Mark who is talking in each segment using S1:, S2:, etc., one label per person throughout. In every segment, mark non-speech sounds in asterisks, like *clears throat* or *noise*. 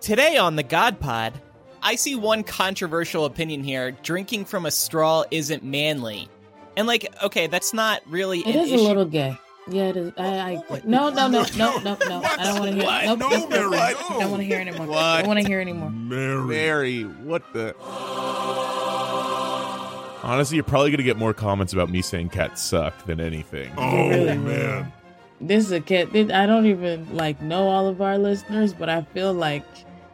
S1: Today on the God Pod, I see one controversial opinion here drinking from a straw isn't manly. And, like, okay, that's not really
S2: It
S1: an
S2: is
S1: issue.
S2: a little gay. Yeah, it is. I, I
S1: What?
S2: no, no, no, no, no, no. I don't want to hear. Nope,
S3: No,
S2: nope, nope,
S3: Mary,
S2: nope. I
S3: no.
S2: don't want to hear anymore.
S3: What?
S2: I don't want to hear anymore.
S3: Mary.
S4: Mary, what the?
S5: Honestly, you're probably going to get more comments about me saying cats suck than anything.
S3: Oh
S2: Really?
S3: man.
S2: This is a cat. This, I don't even like know all of our listeners, but I feel like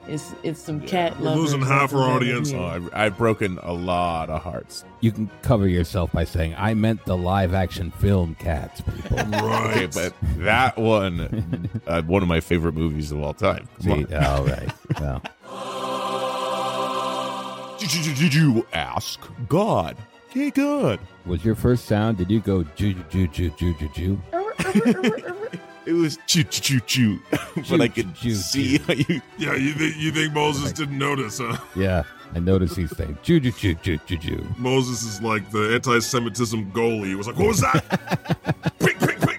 S2: it's it's some cat
S3: we're
S2: lovers.
S3: losing half our audience.
S5: Oh,
S2: Yeah.
S5: I've, I've broken a lot of hearts.
S6: You can cover yourself by saying, I meant the live action film cats, people.
S3: *laughs* Right.
S5: Okay, but that one, uh, one of my favorite movies of all time. Come
S6: See,
S5: on.
S6: all right. Well,
S5: Did you, did you ask God? Okay, good.
S6: was your first sound, did you go ju ju ju ju ju ju?
S5: It was choo choo choo, *laughs* but I could
S6: Choo, choo,
S5: see how you.
S3: yeah, you think you think Moses didn't notice, huh?
S6: Yeah, I noticed he's saying ju ju ju ju ju ju.
S3: Moses is like the anti-Semitism goalie. He was like, "What was that?" ping, ping, ping.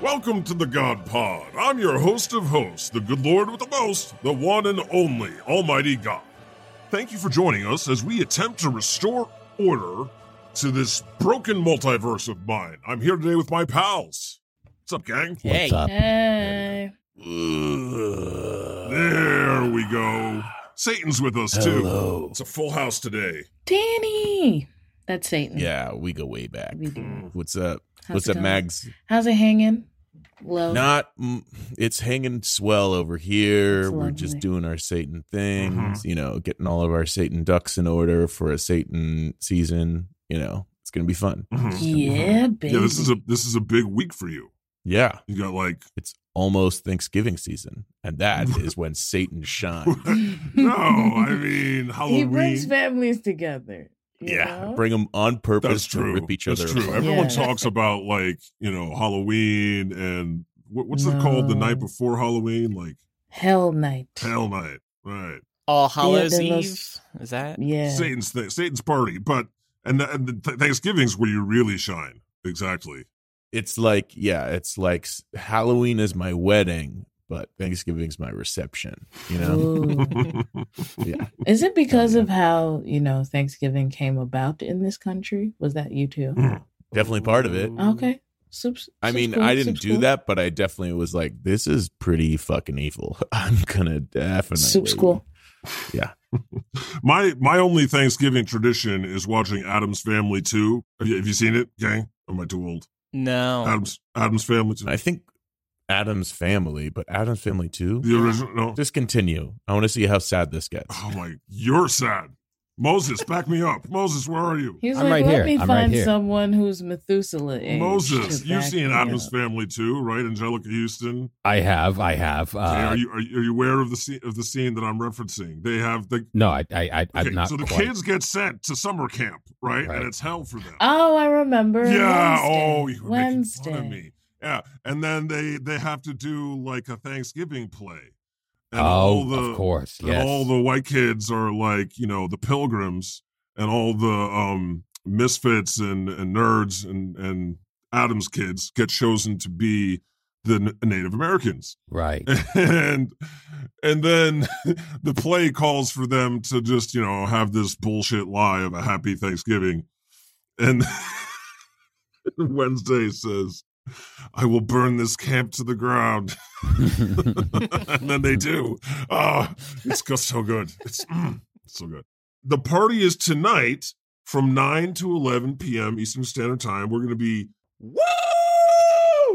S3: Welcome to the God Pod. I'm your host of hosts, the good Lord with the most, the one and only Almighty God. Thank you for joining us as we attempt to restore order to this broken multiverse of mine. I'm here today with my pals. What's up, gang?
S1: Hey,
S6: What's up?
S2: Hey.
S3: There we go. Satan's with us too. It's a full house today.
S2: Danny. That's Satan.
S5: Yeah, we go way back.
S2: We
S3: Mm. Mm-hmm.
S2: do.
S5: What's up?
S2: How's
S5: What's
S2: it
S5: up,
S2: going?
S5: Mags?
S2: How's it hanging? Low.
S5: Not. Mm, it's hanging swell over here.
S2: It's
S5: We're just
S2: lovely.
S5: doing our Satan things.
S3: Mm-hmm.
S5: You know, getting all of our Satan ducks in order for a Satan season. You know, it's gonna be fun.
S2: Yeah, baby.
S3: Yeah, this is a this is a big week for you.
S5: Yeah,
S3: You got like *laughs*
S5: it's almost Thanksgiving season, and that is when Satan shines.
S3: *laughs* no,
S2: *laughs*
S3: I mean Halloween.
S2: he brings families together. you
S5: Yeah,
S2: know?
S5: bring them on purpose
S3: That's
S5: to
S3: true.
S5: rip each
S3: That's
S5: other.
S3: true.
S5: apart.
S3: Everyone
S2: Yeah.
S3: talks about like you know Halloween and what, what's it
S2: No.
S3: called the night before Halloween, like
S2: Hell Night.
S3: Hell Night, right?
S1: All Hallows
S2: they're
S1: Eve?
S2: most-
S1: Is that?
S2: Yeah.
S3: Satan's th- Satan's party, but and, the, and the th- Thanksgiving's where you really shine.
S2: *laughs*
S3: Exactly. *laughs*
S5: It's like, yeah, it's like s- Halloween is my wedding, but Thanksgiving's my reception. You know,
S3: *laughs*
S2: Ooh.
S5: yeah,
S2: Is it because of how, you know, Thanksgiving came about in this country? Was that you too?
S5: definitely part of it.
S3: Mm-hmm.
S2: Okay. Subs-
S5: I mean,
S2: subscribe-
S5: I didn't do
S2: subscribe.
S5: that, but I definitely was like, this is pretty fucking evil. *laughs* I'm gonna definitely
S2: Soup school.
S3: My my only Thanksgiving tradition is watching Adam's Family Two. Have you, have you seen it, gang? Am I too old?
S6: Oh.
S1: No.
S6: Um,
S3: Adam's Adam's Family Two.
S5: I think Adam's family, but Adam's family too.
S3: The original. No.
S5: Just continue. I want to see how sad this gets.
S3: Oh my! You're sad. Moses, back me up. Moses, where are you?
S2: He was
S6: I'm
S2: like,
S6: right
S2: let
S6: here.
S2: me
S6: I'm right
S2: find
S6: here."
S2: someone who's Methuselah. age
S3: Moses,
S2: to
S3: you've
S2: back
S3: seen
S2: me
S3: Adam's
S2: up.
S3: Family too, right? Angelica Houston.
S6: I have, I have.
S3: Okay, are
S6: Uh,
S3: you are, you- are you aware of the scene of the scene that I'm referencing? They have the
S6: no, I, I, I I'm
S3: okay,
S6: not
S3: so the
S6: quite.
S3: kids get sent to summer camp, right?
S6: Right.
S3: And it's hell for them.
S2: Oh, I remember.
S3: yeah.
S2: Wednesday.
S3: Oh, you were
S2: Wednesday.
S3: making fun of me. Yeah, and then they they have to do like a Thanksgiving play. And all
S6: oh,
S3: the,
S6: of course,
S3: And
S6: yes.
S3: all the white kids are like you know the pilgrims and all the um misfits and and nerds and and adams kids get chosen to be the N- native americans
S6: right.
S3: *laughs* and and then *laughs* the play calls for them to just you know have this bullshit lie of a happy thanksgiving and *laughs* wednesday says i will burn this camp to the ground *laughs* and then they do. Oh, it's go- so good. It's, mm, it's so good. The party is tonight from 9 to 11 p.m. Eastern Standard Time. We're going to be,
S5: Woo!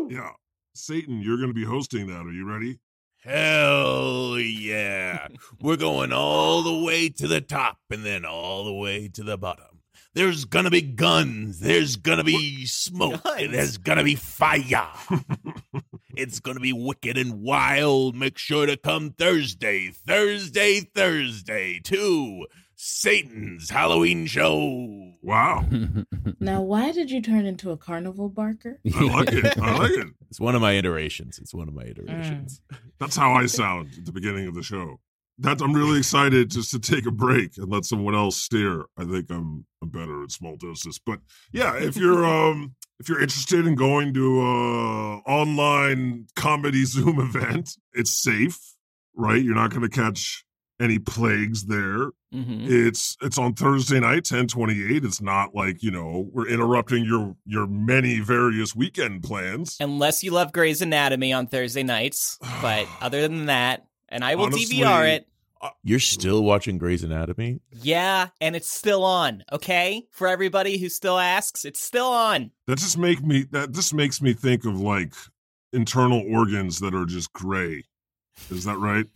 S3: yeah, Satan, you're going to be hosting that. Are you ready?
S5: Hell yeah. We're going all the way to the top and then all the way to the bottom. There's gonna be guns. There's gonna be smoke.
S1: Guns?
S5: There's gonna be fire. it's gonna be wicked and wild. Make sure to come Thursday, Thursday, Thursday to Satan's Halloween show.
S3: Wow.
S2: Now, why did you turn into a carnival barker?
S3: I like it.
S6: *laughs*
S3: I like it.
S5: It's one of my iterations. It's one of my
S2: iterations.
S3: That's how I sound at the beginning of the show. That I'm really excited just to take a break and let someone else steer. I think I'm I'm better at small doses, but yeah, if you're um if you're interested in going to a online comedy Zoom event, it's safe, right? You're not going to catch any plagues there.
S1: Mm-hmm.
S3: It's it's on Thursday night, ten twenty eight. It's not like you know we're interrupting your your many various weekend plans.
S1: Unless you love Grey's Anatomy on Thursday nights,
S6: *sighs*
S1: but other than that, and I will
S3: Honestly-
S1: DVR it.
S5: You're still watching Grey's Anatomy?
S1: Yeah, and it's still on. Okay, for everybody who still asks, it's still on. *laughs*
S3: That just make me that just makes me think of like internal organs that are just gray. Is that right?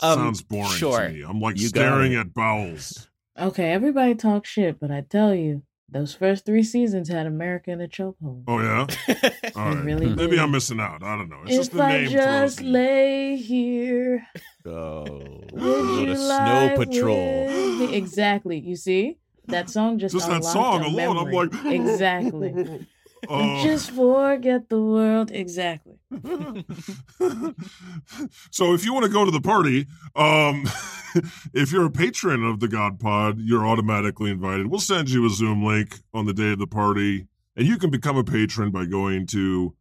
S1: Um,
S3: Sounds boring
S1: sure.
S3: to me. I'm like
S5: You got
S3: staring
S5: it.
S3: at bowels.
S2: Okay, everybody talks shit, but I tell you, those first three seasons had America in a chokehold.
S3: Oh yeah. All
S2: It
S3: right.
S2: really
S3: Maybe
S2: did.
S3: I'm missing out. I don't know. It's just
S2: If
S3: the
S2: I
S3: name.
S2: just
S3: throws me.
S2: lay
S3: *gasps*
S2: here,
S5: *gasps* Oh,
S2: would
S5: what
S2: you
S5: a
S2: lie
S5: snow patrol.
S2: with
S3: *gasps*
S2: me? Exactly. You see, that song just
S3: Just that
S2: unlocked
S3: song
S2: a
S3: alone, I'm
S2: memory.
S3: like *laughs*
S2: exactly.
S3: Uh,
S2: Just forget the world. Exactly.
S3: *laughs* so if you want to go to the party, um, *laughs* if you're a patron of the God Pod, you're automatically invited. We'll send you a Zoom link on the day of the party, and you can become a patron by going to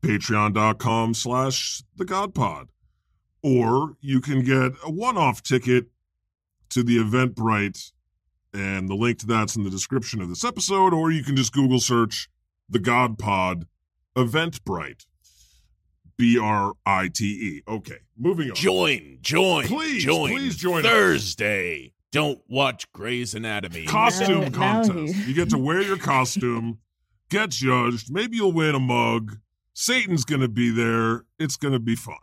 S3: patreon.com slash the God Pod. Or you can get a one-off ticket to the Eventbrite, and the link to that's in the description of this episode, or you can just Google search the God Pod Eventbrite. B R I T E. Okay, moving on.
S5: Join, join,
S3: Please,
S5: join.
S3: please join us.
S5: Thursday. Don't watch Grey's Anatomy.
S3: Costume
S2: Now- now
S3: contest.
S2: he-
S3: you get to wear your costume, get judged. Maybe you'll win a mug. Satan's going to be there. It's going to be fun.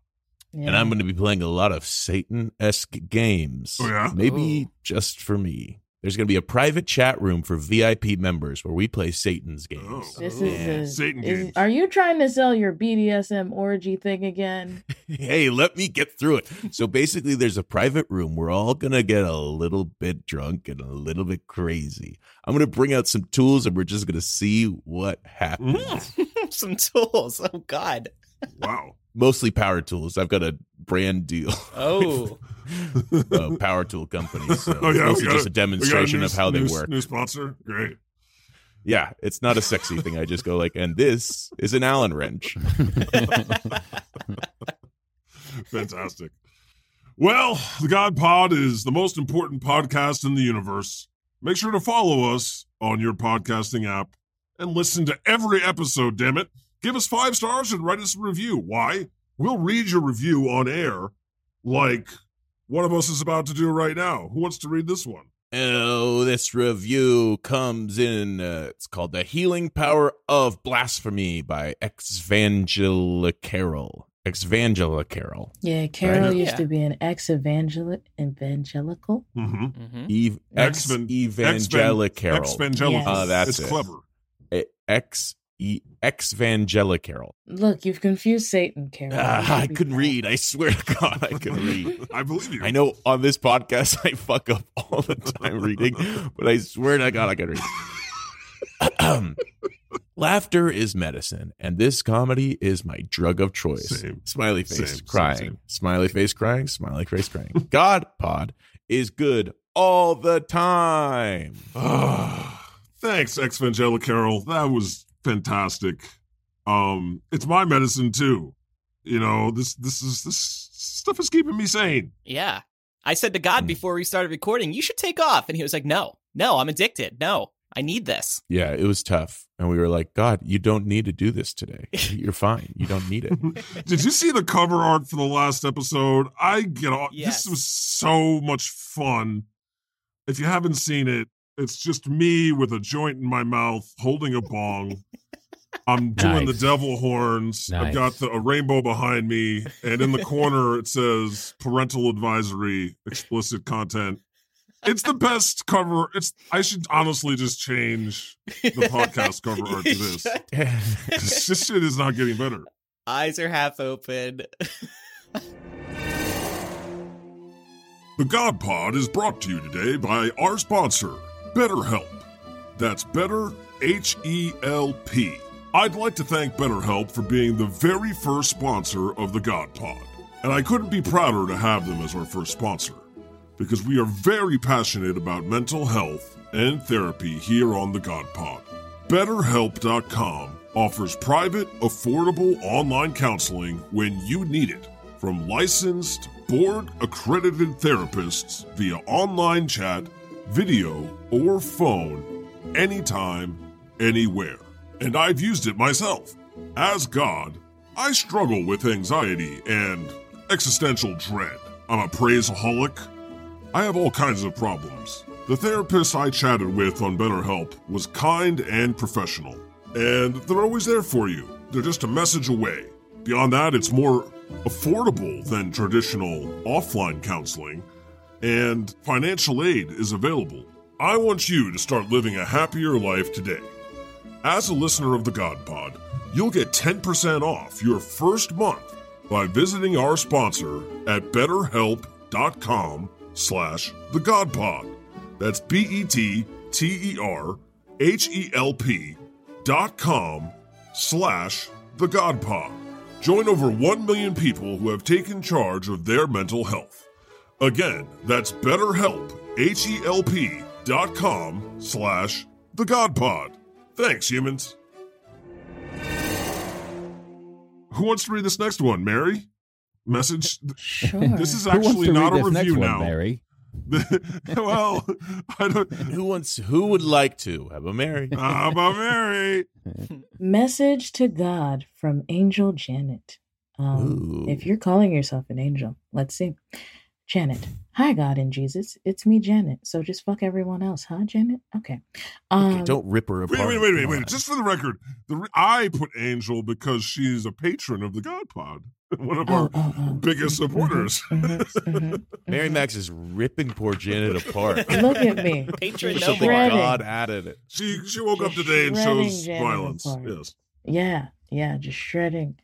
S2: Yeah.
S5: And I'm going to be playing a lot of Satan esque games.
S3: Oh, yeah?
S5: Maybe just for me. There's going to be a private chat room for VIP members where we play Satan's games.
S3: Oh.
S2: This
S5: Yeah.
S2: is a,
S3: Satan
S2: is-
S3: games.
S2: Are you trying to sell your BDSM orgy thing again?
S3: *laughs*
S5: Hey, let me get through it. So basically, there's a private room. We're all going to get a little bit drunk and a little bit crazy. I'm going to bring out some tools and we're just going to see what happens.
S3: Mm-hmm.
S2: Mm-hmm.
S1: Some tools. Oh God.
S3: Wow.
S5: Mostly power tools. I've got a brand deal.
S6: *laughs*
S1: Oh,
S5: *laughs* uh, power tool company. So
S3: *laughs* Oh, yeah, we
S5: it's just a
S3: got a- We got a
S5: demonstration
S3: new-
S5: of how they
S3: new-
S5: work.
S3: New sponsor. Great.
S5: Yeah, it's not a sexy thing. I just go like, and this is an Allen wrench.
S3: Fantastic. Well, the God Pod is the most important podcast in the universe. Make sure to follow us on your podcasting app and listen to every episode, damn it. Give us five stars and write us a review. Why? We'll read your review on air like one of us is about to do right now. Who wants to read this one?
S5: Oh, this review comes in. Uh, it's called "The Healing Power of Blasphemy" by Exvangela Carroll. Exvangela Carroll.
S2: Yeah, Carol used
S1: Yeah.
S2: to be an ex evangelical.
S3: Mm-hmm.
S1: Mhm.
S5: Eve, E-, ex
S3: Exvan-
S5: Evangela Carroll.
S3: Evangelical.
S2: Yes. Ah,
S5: Uh, that's
S3: it's
S5: it.
S3: clever.
S5: E- Ex E- Exvangela Carroll.
S2: Look, you've confused Satan, Carol. You
S5: Ah,
S2: should
S5: I
S2: be
S5: couldn't
S2: proud.
S5: read. I swear to God, I couldn't read.
S3: *laughs* I believe you.
S5: I know on this podcast *laughs* I fuck up all the time reading, but I swear to God I can read. *clears throat* Laughter is medicine, and this comedy is my drug of choice.
S3: Same.
S5: Smiley face
S3: Same, same,
S5: crying,
S3: same.
S5: smiley face crying, smiley face crying. *laughs* God pod is good all the time.
S3: Ah, *sighs* thanks, Exvangela Carol. That was fantastic. Um, it's my medicine too. You know, this this is this stuff is keeping me sane.
S1: Yeah. I said to God
S5: Mm.
S1: before we started recording, you should take off. And he was like, no, no, I'm addicted. No, I need this.
S5: Yeah, it was tough, and we were like, God, you don't need to do this
S3: *laughs*
S5: today. You're fine. You don't need it.
S3: Did you see the cover art for the last episode? I get all
S1: Yes.
S3: this was so much fun. If you haven't seen it, it's just me with a joint in my mouth holding a bong. I'm doing
S6: Nice.
S3: the devil horns. I've
S6: Nice.
S3: got the, a rainbow behind me, and in the corner it says parental advisory, explicit content. It's the best cover. It's I should honestly just change
S6: *laughs*
S1: *laughs*
S3: the podcast cover art to this. This shit is not getting better.
S1: Eyes are half
S3: *laughs*
S1: open.
S3: The God Pod is brought to you today by our sponsor, BetterHelp. That's Better H E L P. I'd like to thank BetterHelp for being the very first sponsor of the God Pod. and I couldn't be prouder to have them as our first sponsor, because we are very passionate about mental health and therapy here on the God Pod. BetterHelp.com offers private, affordable online counseling when you need it, from licensed, board accredited therapists via online chat, video, or phone, anytime, anywhere. And I've used it myself. As God, I struggle with anxiety and existential dread. I'm a praiseaholic. I have all kinds of problems. The therapist I chatted with on BetterHelp was kind and professional. And they're always there for you. They're just a message away. Beyond that, it's more affordable than traditional offline counseling, and financial aid is available. I want you to start living a happier life today. As a listener of the God Pod, you'll get 10% off your first month by visiting our sponsor at betterhelp.com slash the God Pod. That's E B-E-T-T-E-R-H-E-L-P E dot com slash the God Pod. Join over 1 million people who have taken charge of their mental health. Again, that's betterhelp, H-E-L-P dot com slash the God Pod. Thanks, humans. Who wants to read this next one, Mary? Message. *laughs*
S2: Sure.
S3: This is
S6: Who wants
S3: actually
S6: to read
S3: not a
S6: this next
S3: review
S6: one,
S3: now.
S6: Mary?
S3: well, I don't.
S5: Who wants? Who would like to have a Mary?
S3: I'm a Mary.
S2: Message to God from Angel Janet. Um,
S5: Ooh.
S2: if you're calling yourself an angel, let's see. Janet, hi God and Jesus, it's me, Janet. So just fuck everyone else, huh, Janet? Okay. Um,
S5: okay, don't rip her
S3: Wait,
S5: apart.
S3: wait, wait, wait,
S5: Come
S3: wait.
S5: on.
S3: Just for the record, the re- I put Angel because she's a patron of the God Pod, *laughs* one of our
S2: oh, oh, oh.
S3: biggest supporters.
S2: Mhm, mhm,
S5: Mary
S2: mhm.
S5: Max is ripping poor Janet
S2: *laughs*
S5: apart.
S2: mm-hmm. Look at me.
S1: Patron
S2: Just
S5: Something
S1: noble.
S2: shredding.
S5: God added it.
S3: She she woke up
S2: Just
S3: today and
S2: shredding
S3: shows
S2: Janet
S3: violence.
S2: apart.
S3: Yes.
S2: Yeah, yeah, just shredding.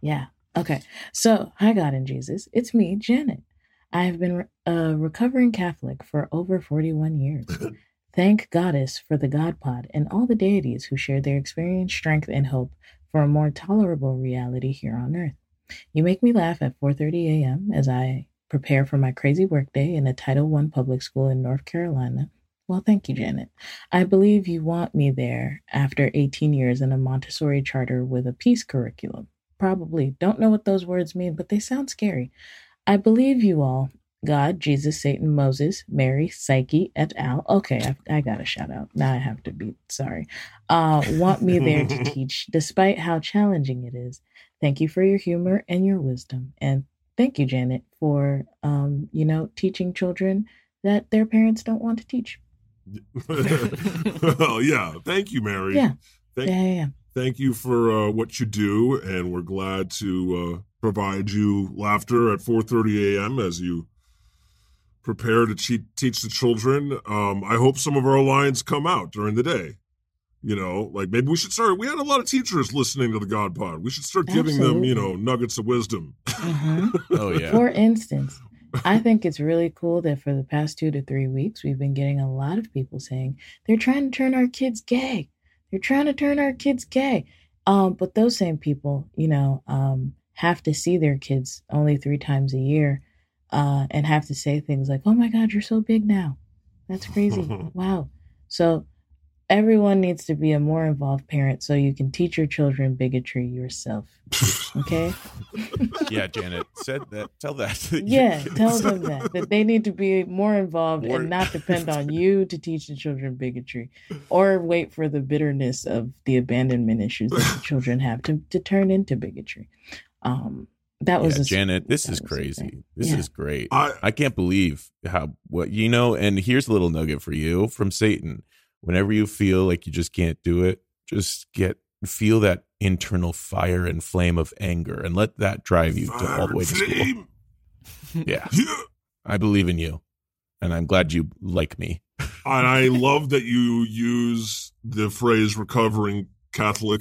S2: Yeah. Okay. So, hi, God and Jesus. It's me, Janet. I have been re- a recovering Catholic for over 41 years. Thank Goddess for the God Pod and all the deities who shared their experience, strength, and hope for a more tolerable reality here on Earth. You make me laugh at 4:30 a.m. as I prepare for my crazy workday in a Title I public school in North Carolina. Well, thank you, Janet. I believe you want me there after 18 years in a Montessori charter with a peace curriculum. Probably. Don't know what those words mean, but they sound scary. I believe you all. God, Jesus, Satan, Moses, Mary, Psyche, et al. Okay, I, I got a shout out. Now I have to be sorry. Uh, want me there to teach, despite how challenging it is. Thank you for your humor and your wisdom. And thank you, Janet, for, um, you know, teaching children that their parents don't want to teach.
S3: *laughs* well, yeah. Thank you, Mary.
S2: Yeah.
S3: Thank-
S2: yeah, yeah, yeah.
S3: Thank you for uh, what you do, and we're glad to uh, provide you laughter at 4:30 a.m. as you prepare to che- teach the children. Um, I hope some of our lines come out during the day. You know, like maybe we should start. We had a lot of teachers listening to the God Pod. We should start giving them, you know,
S2: Absolutely.
S3: nuggets of wisdom.
S2: Mhm.
S5: Oh yeah.
S2: For instance, I think it's really cool that for the past two to three weeks, we've been getting a lot of people saying they're trying to turn our kids gay. They're trying to turn our kids gay. Um, but those same people, you know, um, have to see their kids only three times a year uh, and have to say things like, oh my God, you're so big now. That's crazy. wow. So everyone needs to be a more involved parent so you can teach your children bigotry yourself. Okay?
S5: Yeah, Janet said that. Tell that. *laughs* to your
S2: Yeah,
S5: kids.
S2: tell them that that they need to be more involved
S5: More-
S2: and not depend
S5: *laughs*
S2: on you to teach the children bigotry, or wait for the bitterness of the abandonment issues that the children have to to turn into bigotry. Um, that was
S5: Yeah,
S2: a-
S5: Janet, this
S2: that
S5: is
S2: was a
S5: crazy.
S2: thing.
S5: This
S2: Yeah.
S5: is great.
S3: *laughs* I
S5: I can't believe how what you know. And here's a little nugget for you from Satan. Whenever you feel like you just can't do it, just get feel that internal fire and flame of anger, and let that drive you to, all the way to school.
S3: Flame.
S5: Yeah,
S3: Yeah.
S5: I believe in you, and I'm glad you like me.
S3: And I love that you use the phrase "recovering Catholic."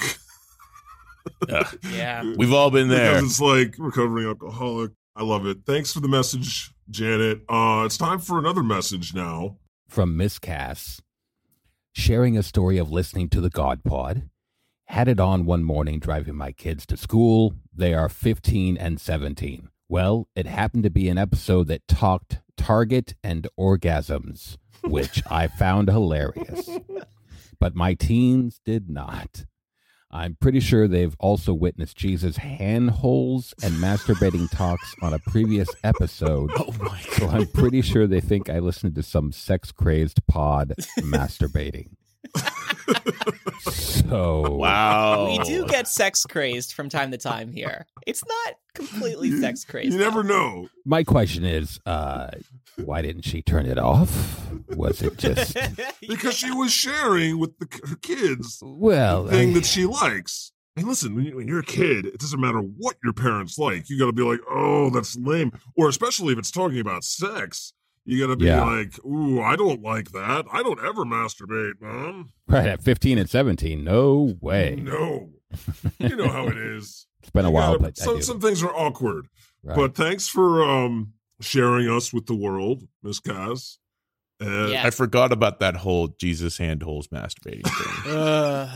S3: *laughs*
S5: Ugh.
S1: Yeah.
S5: We've all been there.
S3: Because it's like recovering alcoholic. I love it. Thanks for the message, Janet. Uh, it's time for another message now.
S6: from Miss Cass, sharing a story of listening to the God Pod. Had it on one morning driving my kids to school. They are 15 and 17. Well, it happened to be an episode that talked Target and orgasms, which I found hilarious. But my teens did not. I'm pretty sure they've also witnessed Jesus' hand holes and masturbating talks on a previous episode.
S5: Oh my
S6: *laughs* So I'm pretty sure they think I listened to some sex crazed pod
S3: *laughs*
S6: masturbating. so
S5: Wow.
S1: We
S3: Oh.
S1: do get sex crazed from time to time here. It's not completely sex crazed.
S3: You
S1: *laughs*
S3: never
S6: *laughs*
S3: know.
S6: my question is, uh, why didn't she turn it off? Was it
S3: *laughs*
S6: just
S3: Because she was sharing with the, her kids
S6: well?
S3: the thing
S6: I-
S3: that she likes. And listen, when you- when you're a kid, it doesn't matter what your parents like. You got to be like, oh, that's lame. Or especially if it's talking about sex, you got to be
S6: Yeah.
S3: like, ooh, I don't like that. I don't ever masturbate, mom.
S6: right at 15 and 17, no way.
S3: No. Mm, You know how it is.
S6: *laughs* It's been a
S3: You
S6: while,
S3: gotta-
S6: but I
S3: some,
S6: do.
S3: some things are awkward.
S6: Right.
S3: But thanks for um, sharing us with the world, Miss Kaz. Uh,
S1: Yeah.
S5: I forgot about that whole Jesus hand holes masturbating thing.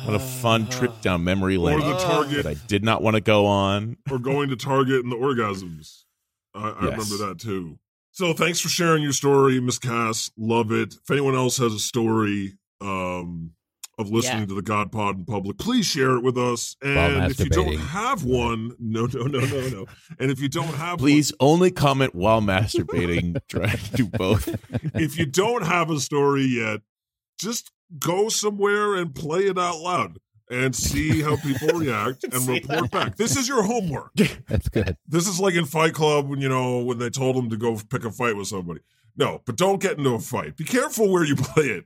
S5: What a fun
S1: Uh,
S5: trip down memory
S3: Or
S5: lane
S3: the
S1: Ugh.
S3: Target
S5: that I did not want to go on.
S3: or going to Target and the orgasms. I, I
S5: Yes.
S3: remember that too. So thanks for sharing your story, Miss Cass. Love it. If anyone else has a story um, of listening
S1: Yeah.
S3: to the God Pod in public, please share it with us. And if you don't
S6: masturbating.
S3: have one, no, no, no, no, no. And if you don't have
S5: Please only comment while masturbating. *laughs* Try to do both.
S3: one, if you don't have a story yet, just go somewhere and play it out loud and see how
S5: *laughs*
S3: people react and
S1: See
S3: report back. This is your homework.
S6: That's good.
S3: This is like in Fight Club when you know when they told him to go pick a fight with somebody. No, but don't get into a fight. Be careful where you *laughs* play it.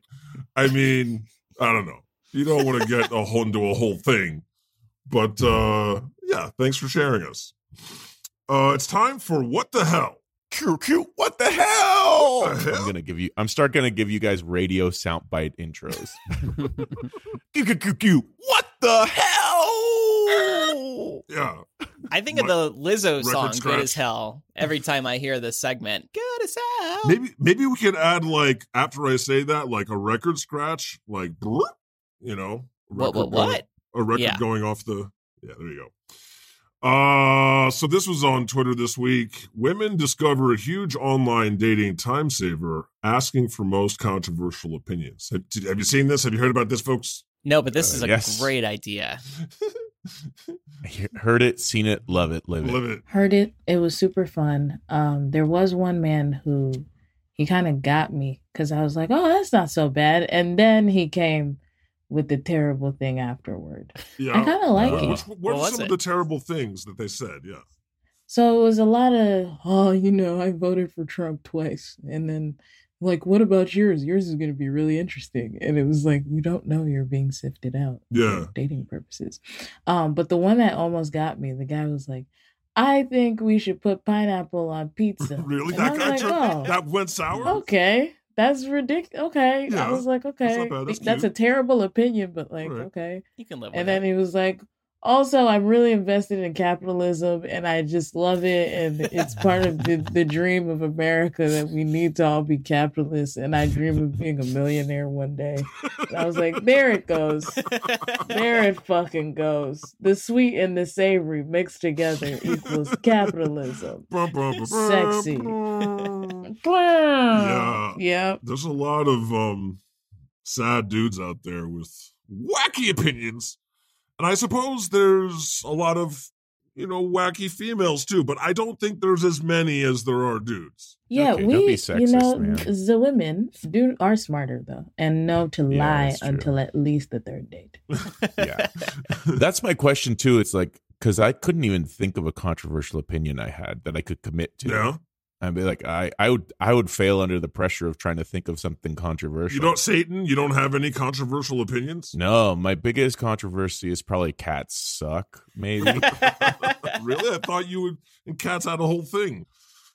S3: I mean, I don't know. You don't want to get a whole into a whole thing. But uh yeah, thanks for sharing us. Uh it's time for what the hell?
S5: Q Q, what the hell?
S3: What the Oh, hell?
S5: I'm gonna give you. I'm start gonna give you guys radio soundbite intros. Q Q Q Q, what the hell?
S3: Yeah.
S1: I think of
S3: My-
S1: the Lizzo
S3: record
S1: song
S3: scratch.
S1: "Good as Hell" every time I hear this segment. Good as hell.
S3: Maybe maybe we could add like after I say that, like a record scratch, like bloop, you know.
S1: what? What?
S3: record going-
S1: What?
S3: a record
S1: Yeah.
S3: going off the yeah there you go uh so this was on twitter this week women discover a huge online dating time saver asking for most controversial opinions have, did- have you seen this have you heard about this folks
S1: No, but this
S5: Uh,
S1: is a
S5: yes.
S1: great idea.
S5: I he- heard it, seen it, love it, live it.
S3: live it
S2: Heard it. It was super fun. Um, there was one man who he kind of got me because I was like, "Oh, that's not so bad," and then he came with the terrible thing afterward.
S3: yeah
S2: I kind of like
S3: What-
S2: it.
S3: which- what
S1: What
S3: are
S1: was
S3: some of
S1: it?
S3: the terrible things that they said yeah
S2: So it was a lot of, oh, you know, I voted for Trump twice. And then, like, what about yours? Yours is going to be really interesting. And it was like, you don't know you're being sifted out
S3: Yeah.
S2: for dating purposes. Um, but the one that almost got me, the guy was like, I think we should put pineapple on pizza.
S3: *laughs* Really?
S2: And
S3: That
S2: I was
S3: guy
S2: like,
S3: turned-
S2: oh,
S3: that went sour
S2: okay. That's ridiculous. Okay.
S3: Yeah,
S2: I was like,
S3: that's
S2: okay.
S3: not bad, that's
S2: a
S3: cute."
S2: terrible opinion, but like,
S3: Right.
S2: okay
S1: You can live with
S2: and then
S1: it.
S2: he was like also i'm really invested in capitalism and i just love it and it's part of the, the dream of america that we need to all be capitalists and i dream of being a millionaire one day and i was like there it goes there it fucking goes the sweet and the savory mixed together equals capitalism
S3: *laughs* Bum, bum, bum, bum,
S2: Sexy.
S3: bum.
S2: yeah yep
S3: there's a lot of um sad dudes out there with wacky opinions and i suppose there's a lot of you know wacky females too but i don't think there's as many as there are dudes
S2: Yeah,
S5: Okay,
S2: we
S5: don't be
S2: you
S5: sexist,
S2: know
S5: man.
S2: the women do are smarter though and know to
S5: Yeah,
S2: lie
S5: that's true.
S2: until at least the third date.
S5: *laughs* Yeah, that's my question too. It's like because I couldn't even think of a controversial opinion I had that I could commit to.
S3: yeah
S5: I'd be like, I, I would, I would fail under the pressure of trying to think of something controversial.
S3: you don't satan you don't have any controversial opinions
S5: No, my biggest controversy is probably cats suck.
S3: *laughs*
S5: Maybe
S3: really i thought you would and cats had a whole thing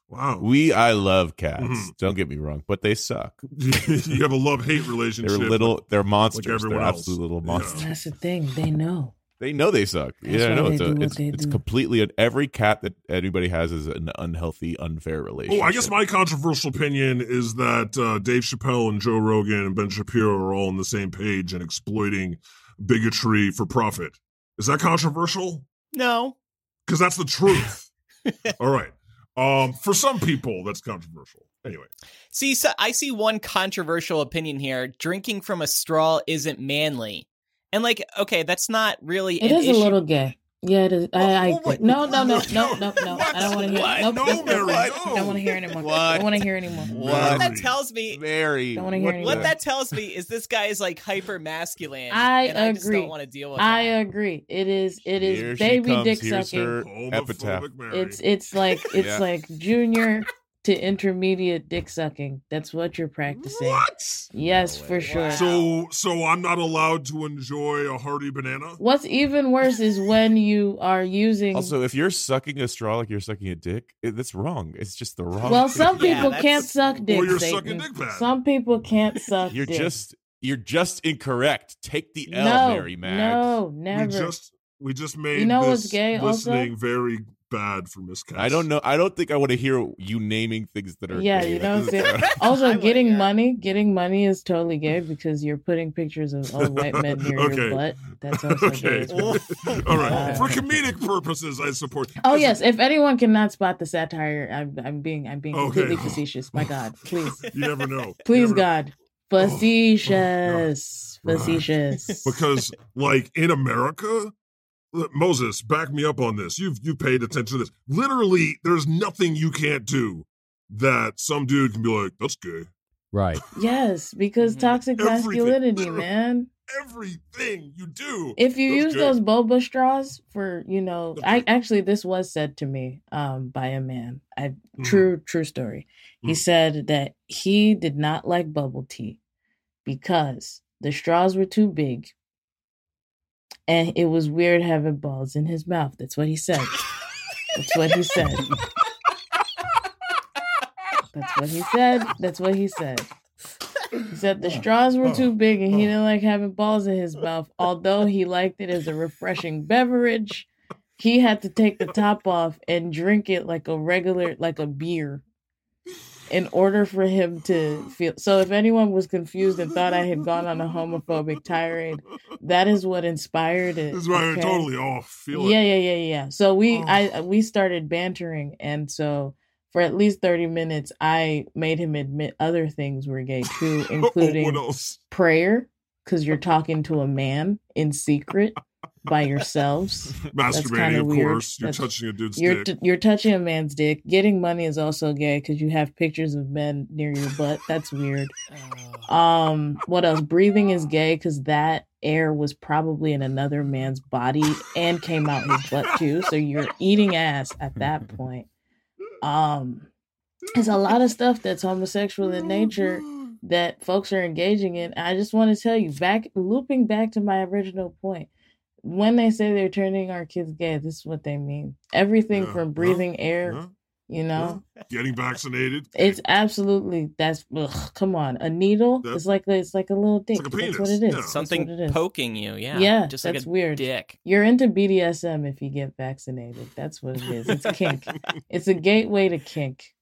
S3: wow *laughs*
S5: we, I love cats.
S3: Mhm.
S5: Don't get me wrong, but they suck.
S3: you have a love-hate
S5: They're
S3: relationship
S5: little. They're monsters. they're
S3: everyone else.
S5: absolute little
S3: Yeah.
S5: monsters.
S2: That's the thing; they know.
S5: They know they suck.
S2: That's
S5: yeah, I
S2: why
S5: know.
S2: they
S5: It's, a,
S2: do what
S5: it's,
S2: they
S5: it's
S2: do.
S5: completely an, every cat that anybody has is an unhealthy, unfair
S3: Oh,
S5: relationship.
S3: I guess my controversial opinion is that uh, Dave Chappelle and Joe Rogan and Ben Shapiro are all on the same page and exploiting bigotry for profit. Is that controversial?
S1: no.
S3: Because that's the truth. all right. Um, for some people, that's controversial. Anyway,
S1: See, so I see one controversial opinion here. Drinking from a straw isn't manly. And like, okay, that's not really
S2: It
S1: an
S2: is
S1: issue.
S2: a little gay. Yeah, it is. I,
S3: Oh,
S2: I
S3: oh my-
S2: no, no, no, no, no, no. I don't want to hear.
S5: What?
S2: Nope,
S3: No,
S2: nope, nope.
S3: Mary,
S2: I
S3: no.
S2: don't want to hear anymore.
S5: What?
S2: I don't want to hear anymore.
S1: what
S5: What?
S1: that tells me
S5: Mary.
S2: Don't wanna hear
S5: what
S2: any of
S1: what
S2: Yeah.
S1: that tells me is this guy is like hyper masculine.
S2: I
S1: and I just
S2: agree.
S1: don't want to deal with
S2: I
S1: that.
S2: agree. It is. It is
S5: Here she
S2: baby
S5: comes.
S2: dick
S5: Here's
S2: sucking.
S5: her epitaph.
S3: homophobic Mary.
S2: It's it's like it's
S5: Yeah.
S2: like junior to intermediate dick sucking. That's what you're practicing.
S3: what?
S2: Yes,
S5: No
S2: for
S5: way.
S2: sure.
S3: So, so I'm not allowed to enjoy a hearty banana.
S2: What's even worse is when you are using.
S5: Also, if you're sucking a straw like you're sucking a dick, it, that's wrong. It's just the wrong.
S2: well,
S5: thing.
S2: some
S1: Yeah,
S2: people
S1: that's-
S2: can't suck dick.
S3: Or you're
S2: Satan.
S3: sucking dick pad.
S2: Some people can't suck.
S5: You're
S2: dick.
S5: just you're just incorrect. Take the L,
S2: no,
S5: Mary Max.
S2: No,
S3: We
S2: never.
S3: just, we just made
S2: You know
S3: this
S2: what's gay also?
S3: listening very bad for Miss Cass.
S5: I don't know. I don't think I want to hear you naming things that are.
S2: Yeah,
S5: gay.
S2: you know,
S5: This
S2: see-
S1: *laughs*
S5: is-
S1: I
S2: *laughs* also,
S1: wanna
S2: getting
S1: hear it.
S2: money, getting money is totally gay because you're putting pictures of old white men
S3: *laughs*
S2: near
S3: Okay.
S2: your butt. That's also gay.
S3: Okay.
S2: as well.
S3: *laughs* All right,
S2: Uh,
S3: for comedic purposes, I support.
S2: Oh yes, if anyone cannot spot the satire, I'm, I'm being I'm being
S3: Okay. *laughs*
S2: completely facetious. My God, please,
S3: you never know.
S2: please,
S3: You never know.
S2: God, facetious,
S3: oh, God.
S2: facetious.
S3: because like in America, look, Moses, back me up on this. You've you paid attention to this. Literally, there's nothing you can't do that some dude can be like, "That's gay."
S6: Right.
S2: Yes, because
S1: Mhm.
S2: toxic
S3: Mm-hmm. Everything.
S2: masculinity, man.
S3: Everything you do,
S2: If you
S3: That's
S2: use
S3: good.
S2: those boba straws for, you know,
S3: That's
S2: I
S3: good.
S2: actually this was said to me um by a man. I
S3: Mhm.
S2: true true story. He
S3: Mhm.
S2: said that he did not like bubble tea because the straws were too big and it was weird having balls in his mouth. That's what he said. That's what he said. That's what he said. That's what he said. He said the straws were too big and he didn't like having balls in his mouth, although he liked it as a refreshing beverage. He had to take the top off and drink it like a regular, like a beer, in order for him to feel. So, if anyone was confused and thought I had gone on a homophobic tirade, that is what inspired it.
S3: *laughs* this is why
S2: okay?
S3: I totally off. Feel
S2: yeah,
S3: it.
S2: yeah, yeah, yeah. So we,
S3: Oh.
S2: I, we started bantering, and so for at least thirty minutes, I made him admit other things were gay too,
S3: *laughs* oh,
S2: including
S3: what else?
S2: prayer, because you're talking to a man in secret by *laughs* yourselves.
S3: Masturbating,
S2: kinda
S3: of
S2: weird.
S3: course. You're
S2: That's-
S3: touching a dude's
S2: You're
S3: dick.
S2: t- you're touching a man's dick. Getting money is also gay because you have pictures of men near your butt. That's weird.
S1: Oh.
S2: Um, what else? Breathing is gay because that air was probably in another man's body and came out his butt too. So you're eating ass at that point. Um, there's a lot of stuff that's homosexual in
S3: *gasps*
S2: nature that folks are engaging in. I just want to tell you, back looping back to my original point, when they say they're turning our kids gay, this is what they mean. Everything
S3: Yeah.
S2: from breathing air,
S3: Huh?
S2: you know,
S3: Huh? Getting vaccinated.
S2: it's absolutely that's ugh, come on a needle.
S3: That-
S2: it's like it's like a little dick.
S3: like a
S2: That's what it is.
S3: penis, yeah.
S2: That's what it
S1: Something
S2: is.
S1: poking you, yeah.
S2: Yeah,
S1: just like
S2: that's
S1: a
S2: weird.
S1: dick.
S2: You're into BDSM if you get vaccinated. That's what it is. It's
S3: *laughs*
S2: kink. it's a gateway to kink.
S1: *laughs*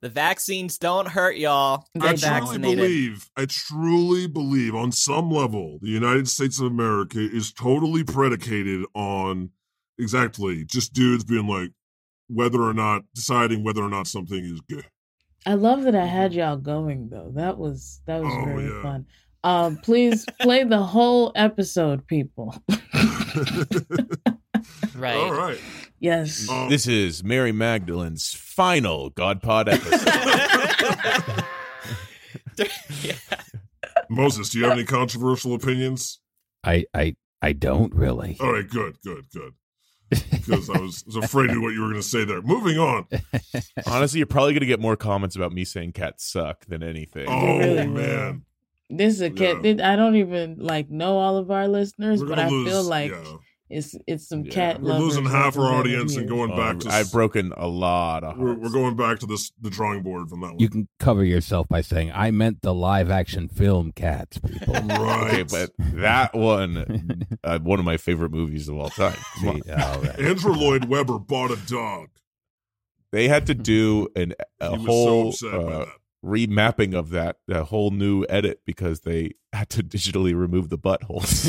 S1: The vaccines don't hurt y'all.
S2: They
S3: I
S1: Get
S3: truly
S1: vaccinated.
S3: believe, I truly believe on some level, the United States of America is totally predicated on exactly just dudes being like, whether or not deciding whether or not something is good. *laughs*
S2: I love that I had y'all going though. That was that was
S3: Mm-hmm. Oh,
S2: very
S3: yeah.
S2: fun. Um, please play the whole episode, people. *laughs*
S1: Right.
S3: All right.
S2: yes. *laughs*
S5: *laughs*
S3: Um,
S5: This is Mary Magdalene's final Godpod episode.
S3: *laughs*
S1: Yeah.
S3: Moses, do you have any controversial opinions?
S6: I I I don't really.
S3: All right, good, good,
S2: *laughs*
S3: good. Because I was, was afraid of what you were going to say there. Moving on.
S2: *laughs*
S5: Honestly, you're probably gonna get more comments about me saying cats suck than anything.
S3: Oh,
S2: really will.
S3: man.
S2: this is a cat. I don't even like know all of our listeners,
S3: We're
S2: but
S3: gonna
S2: I
S3: lose-
S2: feel like
S3: yeah.
S2: it's it's some
S5: Yeah.
S2: cat.
S3: we're losing
S2: lovers
S3: half our
S2: represented
S3: audience
S2: *laughs*
S3: and
S2: here.
S3: going
S5: Oh,
S3: back to.
S5: I've broken a lot of.
S3: we're,
S5: Hearts.
S3: we're going back to this the drawing board from that one.
S6: You can cover yourself by saying I meant the live action film cats, *laughs* people.
S3: right.
S5: Okay, but that one, uh, one of my favorite movies of all time.
S3: *laughs*
S5: Come on.
S6: See, all right.
S3: Andrew Lloyd Webber bought a dog.
S5: They had to do an
S3: He
S5: a
S3: was
S5: whole
S3: so upset by
S5: uh,
S3: that.
S5: remapping of that, a whole new edit because they *laughs* had to digitally remove the buttholes.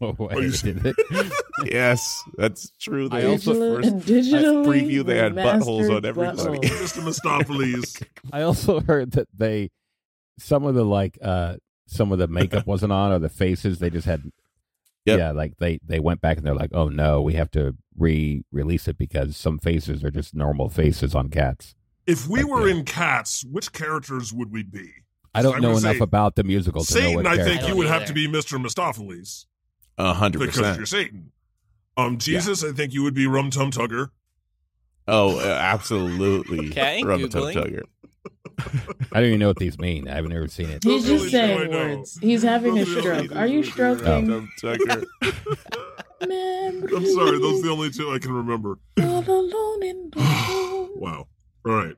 S6: no way. Did it?
S3: *laughs*
S5: yes, that's true. They also
S2: Digital-
S5: first
S2: digitally
S5: preview they had buttholes
S2: remastered
S5: on everybody.
S3: *laughs*
S2: buttholes.
S5: *laughs*
S3: Mr. Mistopheles.
S6: *laughs* I also heard that they some of the like uh some of the makeup wasn't on or the faces they just had
S5: Yep.
S6: yeah like they they went back and they're like oh no we have to re-release it because some faces are just normal faces on cats
S3: If we
S6: Like
S3: were
S6: that.
S3: in cats, which characters would we be?
S6: i don't
S3: I'm
S6: know
S3: gonna
S6: enough
S3: say,
S6: about the musical to know
S3: Satan,
S6: what
S3: I
S6: character-
S3: think
S1: I
S3: you
S1: don't
S3: would have
S1: either.
S3: to be Mr. Mistopheles
S5: A hundred
S3: because
S5: percent.
S3: you're Satan. Um, Jesus, I think you would be Rum Tum Tugger. *laughs*
S5: Oh, uh, absolutely.
S1: Okay,
S5: Rub a tug
S1: Googling.
S5: tugger.
S6: I don't even know what these mean i've never
S2: *laughs*
S6: seen it
S2: He's
S3: Really
S2: just
S3: sure I
S2: saying
S3: know.
S2: words. He's having a
S3: Really sure I
S2: stroke.
S3: know.
S2: Are you stroking?
S5: Rub a tugger.
S2: Memories
S3: I'm sorry, those are the only two I can remember.
S2: all alone in the room.
S3: *sighs* Wow. All right.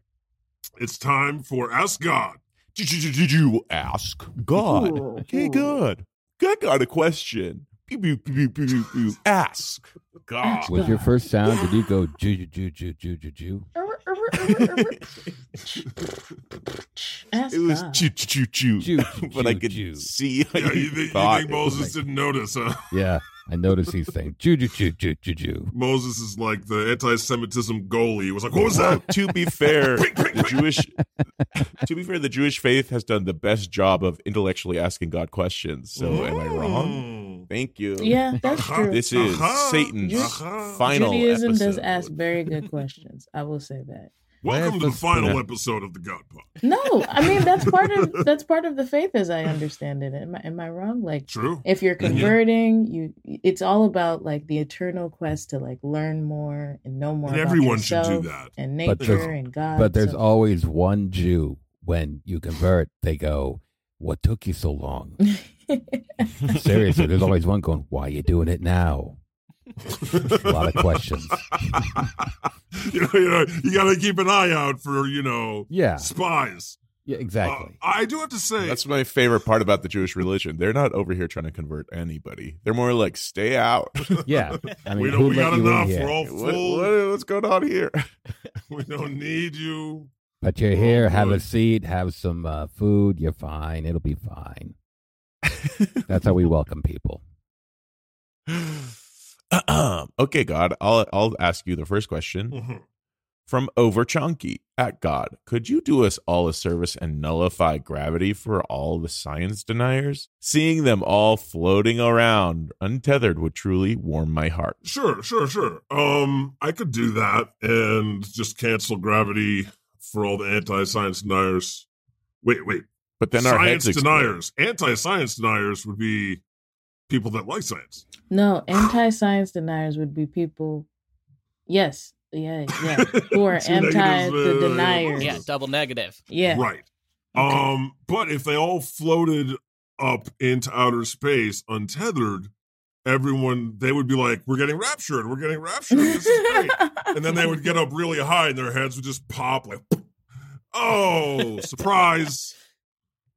S3: It's time for Ask God.
S5: Did you, did you ask God? Hey, God, I got a question. Pew, pew, pew, pew, pew, pew. Ask God.
S6: was your first sound did you go ju ju ju ju ju ju ju
S2: Ask
S5: It was
S2: God.
S5: choo choo choo choo,
S6: Ju, ju,
S5: *laughs* but I
S6: ju,
S5: could
S6: ju.
S5: see how
S3: Yeah,
S5: *laughs*
S3: you,
S5: you,
S3: thi- you
S5: thought
S3: think
S5: it was
S3: Moses
S5: like-
S3: didn't notice, huh?
S6: yeah i noticed he's saying ju ju ju ju ju ju
S3: Moses is like the anti-Semitism goalie. He was like, what was that?
S5: *laughs* to be
S3: *laughs*
S5: fair,
S3: Pink, pink,
S5: the Jewish *laughs* to be fair, the Jewish faith has done the best job of intellectually asking God questions. So am I wrong?
S3: Mm.
S5: Thank you.
S2: Yeah,
S3: *laughs*
S2: that's
S3: Uh-huh.
S2: true.
S5: This is
S3: Uh-huh.
S5: Satan's
S3: Uh-huh.
S5: final
S2: Judaism
S5: episode.
S2: does ask
S3: *laughs*
S2: very good questions. I will say that.
S3: Welcome to the
S6: Let's-
S3: final
S6: yeah.
S3: episode of the God Pod.
S2: No, I mean that's part
S3: *laughs*
S2: of that's part of the faith as I understand it. Am I am I wrong? Like
S3: True.
S2: if you're
S3: Yeah.
S2: converting, you it's all about like the eternal quest to like learn more and know more.
S3: And
S2: about
S3: everyone should do
S2: yourself
S3: that.
S2: And
S6: But
S2: nature
S6: there's-
S2: and God.
S6: But there's
S2: Uh, so-
S6: always one Jew when you convert, they go, What took you so long?
S5: *laughs*
S6: Seriously, there's always one going, Why you doing it now? A lot of questions.
S3: *laughs* you, know, you, know, you gotta keep an eye out for, you know,
S6: Yeah,
S3: spies.
S6: yeah
S3: Uh,
S6: exactly.
S3: I do have to say,
S5: That's my favorite part about the Jewish religion. They're not over here trying to convert anybody. They're more like, stay out.
S6: Yeah. I mean,
S3: we,
S6: who
S3: don't, we
S6: let
S3: got
S6: you in
S3: enough.
S6: here?
S3: We're all
S5: What, *laughs* what,
S3: full.
S5: what's going on here? *clears throat*
S3: We don't need you. *laughs*
S6: But you're here, have
S3: good.
S6: a seat, have some uh, food, you're fine, it'll be fine. That's how we welcome
S3: *laughs*
S6: people.
S5: okay, God, I'll I'll ask you the first question
S3: Mhm.
S5: from Over Chonky at God. Could you do us all a service and nullify gravity for all the science deniers? Seeing them all floating around untethered would truly warm my heart.
S3: Sure, sure, sure. Um, I could do that and just cancel gravity for all the anti-science deniers. Wait, wait.
S5: But then our
S3: science
S5: heads explode.
S3: deniers, anti-science deniers would be people that like science.
S2: *laughs* no anti-science deniers would be people. Yes, yeah,
S3: *laughs*
S2: yeah. Who are
S3: Two negatives,
S2: anti the
S3: uh,
S1: *laughs*
S2: deniers?
S1: Yeah, double negative.
S2: Yeah.
S3: Right.
S2: Okay.
S3: Um, but if they all floated up into outer space untethered, everyone they would be like, "We're getting raptured. We're getting raptured. This is great."
S2: *laughs*
S3: and then they would get up really high, and their heads would just pop like, "Oh, surprise!"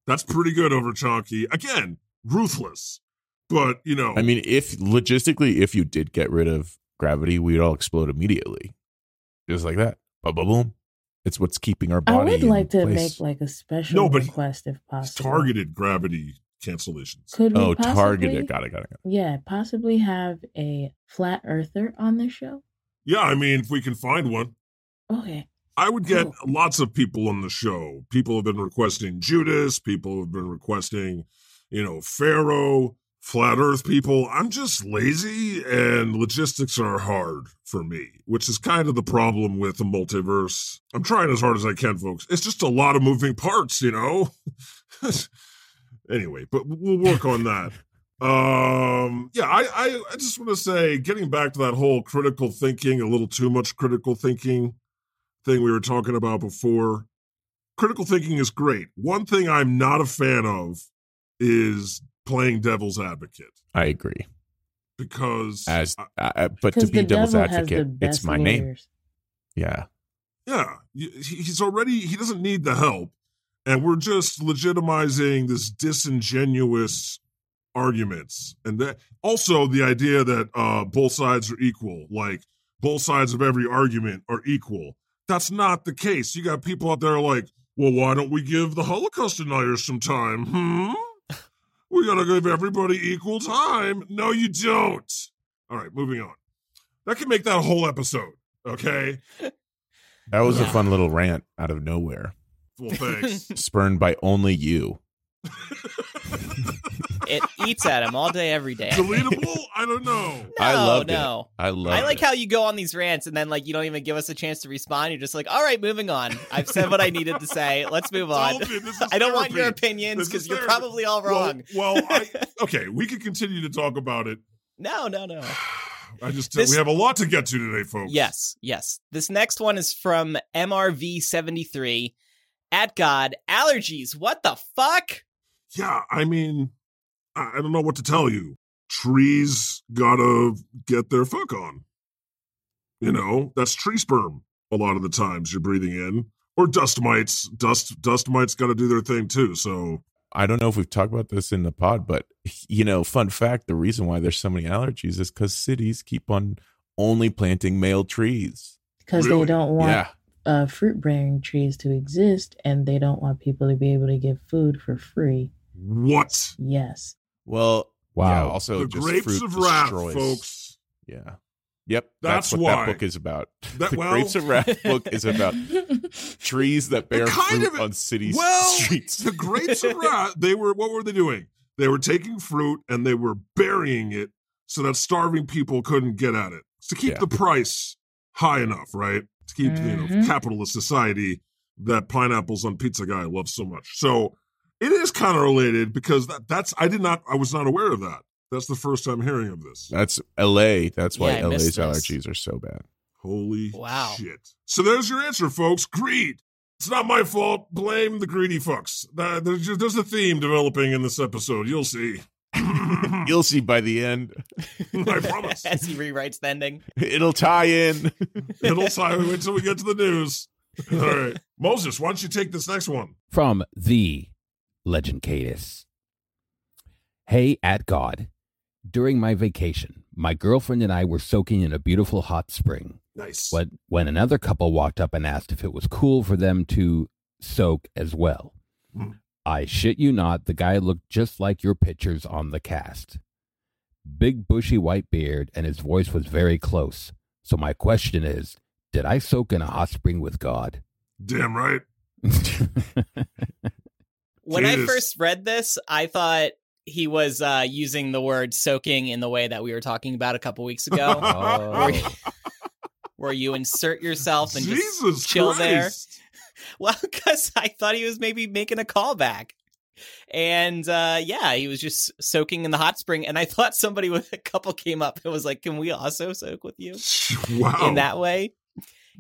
S3: That's pretty good over Chonky. Again, ruthless, but you know,
S5: I mean, if logistically, if you did get rid of gravity, we'd all explode immediately, just like that. Ba ba boom. It's what's keeping our
S2: I
S5: body.
S2: would like
S5: in
S2: to make
S5: place.
S2: like a special
S3: No, but he-
S2: request if
S3: it's
S2: possible.
S3: targeted gravity cancellations.
S2: Could we
S5: oh,
S2: possibly,
S5: target it. Got it. Got it. Got
S2: Yeah, possibly have a flat earther on the show.
S3: Yeah, I mean, if we can find one.
S2: Okay.
S3: I would get
S2: Cool.
S3: lots of people on the show. People have been requesting Judas. People have been requesting, you know, Pharaoh, flat earth people. I'm just lazy and logistics are hard for me, which is kind of the problem with the multiverse. I'm trying as hard as I can, folks. It's just a lot of moving parts, you know? *laughs* anyway, but we'll work on that. Um, yeah, I, I, I just want to say, getting back to that whole critical thinking, a little too much critical thinking thing we were talking about before. Critical thinking is great. One thing I'm not a fan of is playing devil's advocate
S5: it. I agree.
S3: because
S5: As
S3: I-
S5: I, I- but to
S2: Because
S5: be
S2: the
S5: devil's
S2: devil has the
S5: advocate, it's
S2: best
S5: my name.
S2: lawyers.
S5: Yeah.
S3: yeah, y- he- he's already he doesn't need the help, and we're just legitimizing this disingenuous arguments and that also the idea that uh both sides are equal like both sides of every argument are equal that's not the case you got people out there like Well, why don't we give the Holocaust deniers some time? Hmm? We gotta give everybody equal time. No, you don't. All right, moving on. That can make that a whole episode, okay?
S5: That was a
S1: Yeah.
S5: fun little rant out of nowhere,
S3: Well, thanks.
S5: spurned by only you.
S1: It eats at him all day, every day.
S3: Deletable? I don't know.
S1: No,
S5: I loved it.
S1: no.
S5: I love.
S1: I like how you go on these rants and then like you don't even give us a chance to respond. You're just like, all right, moving on. I've said what I needed to say. Let's move on.
S3: Dolphin, this is
S1: *laughs* I don't want
S3: therapy.
S1: your opinions
S3: This
S1: because
S3: is
S1: you're
S3: therapy.
S1: probably all wrong.
S3: Well, well,
S1: *laughs*
S3: I, okay, we could continue to talk about it.
S1: No, no, no.
S3: *sighs* I just uh,
S1: This-
S3: we have a lot to get to today, folks.
S1: Yes, yes. This next one is from MRV73. At God, allergies. What the fuck?
S3: Yeah, I mean, I, I don't know what to tell you. Trees gotta get their fuck on. You know, that's tree sperm. A lot of the times you're breathing in, or dust mites. Dust dust mites got to do their thing too. So
S5: I don't know if we've talked about this in the pod, but you know, fun fact: the reason why there's so many allergies is because cities keep on only planting male trees.
S2: because
S3: Really?
S2: they don't want
S5: Yeah,
S2: uh, fruit bearing trees to exist and they don't want people to be able to get food for free.
S3: what?
S2: Yes.
S5: Well,
S6: Wow.
S5: yeah, also,
S3: the
S5: just
S3: grapes
S5: fruit
S3: of wrath,
S5: destroys.
S3: folks.
S5: Yeah. Yep.
S3: That's
S5: what
S3: why.
S5: that book is about.
S3: That-
S5: the
S3: well-
S5: Grapes of
S3: *laughs*
S5: Wrath book is about trees that bear
S3: kind
S5: fruit
S3: of-
S5: on city
S3: well,
S5: streets.
S3: The grapes of wrath. They were what were they doing? They were taking fruit and they were burying it so that starving people couldn't get at it. To keep
S5: Yeah.
S3: the price high enough, right? To keep you know
S2: Mhm.
S3: capitalist society that pineapples on pizza guy loves so much. So it is kind of related because that, that's I did not I was not aware of that. That's the first time hearing of this.
S5: That's LA. That's why
S1: Yeah, I
S5: LA's
S1: missed this.
S5: allergies are so bad.
S3: Holy
S1: Wow.
S3: shit. So there's your answer, folks. Greed. It's not my fault. Blame the greedy fucks. Uh, There's, just, there's a theme developing in this episode. You'll see. *laughs* I
S5: You'll see by the end.
S1: *laughs*
S3: promise.
S1: As he rewrites the ending.
S5: *laughs* It'll tie in.
S3: It'll tie wait till we get to the news. All right. Moses, why don't you take this next one?
S6: from the Legend Cadis. Hey, at God. During my vacation, my girlfriend and I were soaking in a beautiful hot spring
S3: Nice.
S6: when, when another couple walked up and asked if it was cool for them to soak as well.
S3: Hmm.
S6: I shit you not, the guy looked just like your pictures on the cast. Big bushy white beard, and his voice was very close. So my question is, did I soak in a hot spring with God? *laughs*
S3: Damn right.
S1: When I
S3: Jesus.
S1: first read this, I thought he was uh, using the word soaking in the way that we were talking about a couple weeks
S3: *laughs*
S1: ago,
S6: Oh.
S1: where you insert yourself and just
S3: Jesus
S1: chill there.
S3: Christ.
S1: *laughs* Well, because I thought he was maybe making a callback. And uh, yeah, he was just soaking in the hot spring. And I thought somebody with a couple came up and was like, Can we also soak with you
S3: Wow.
S1: in that way?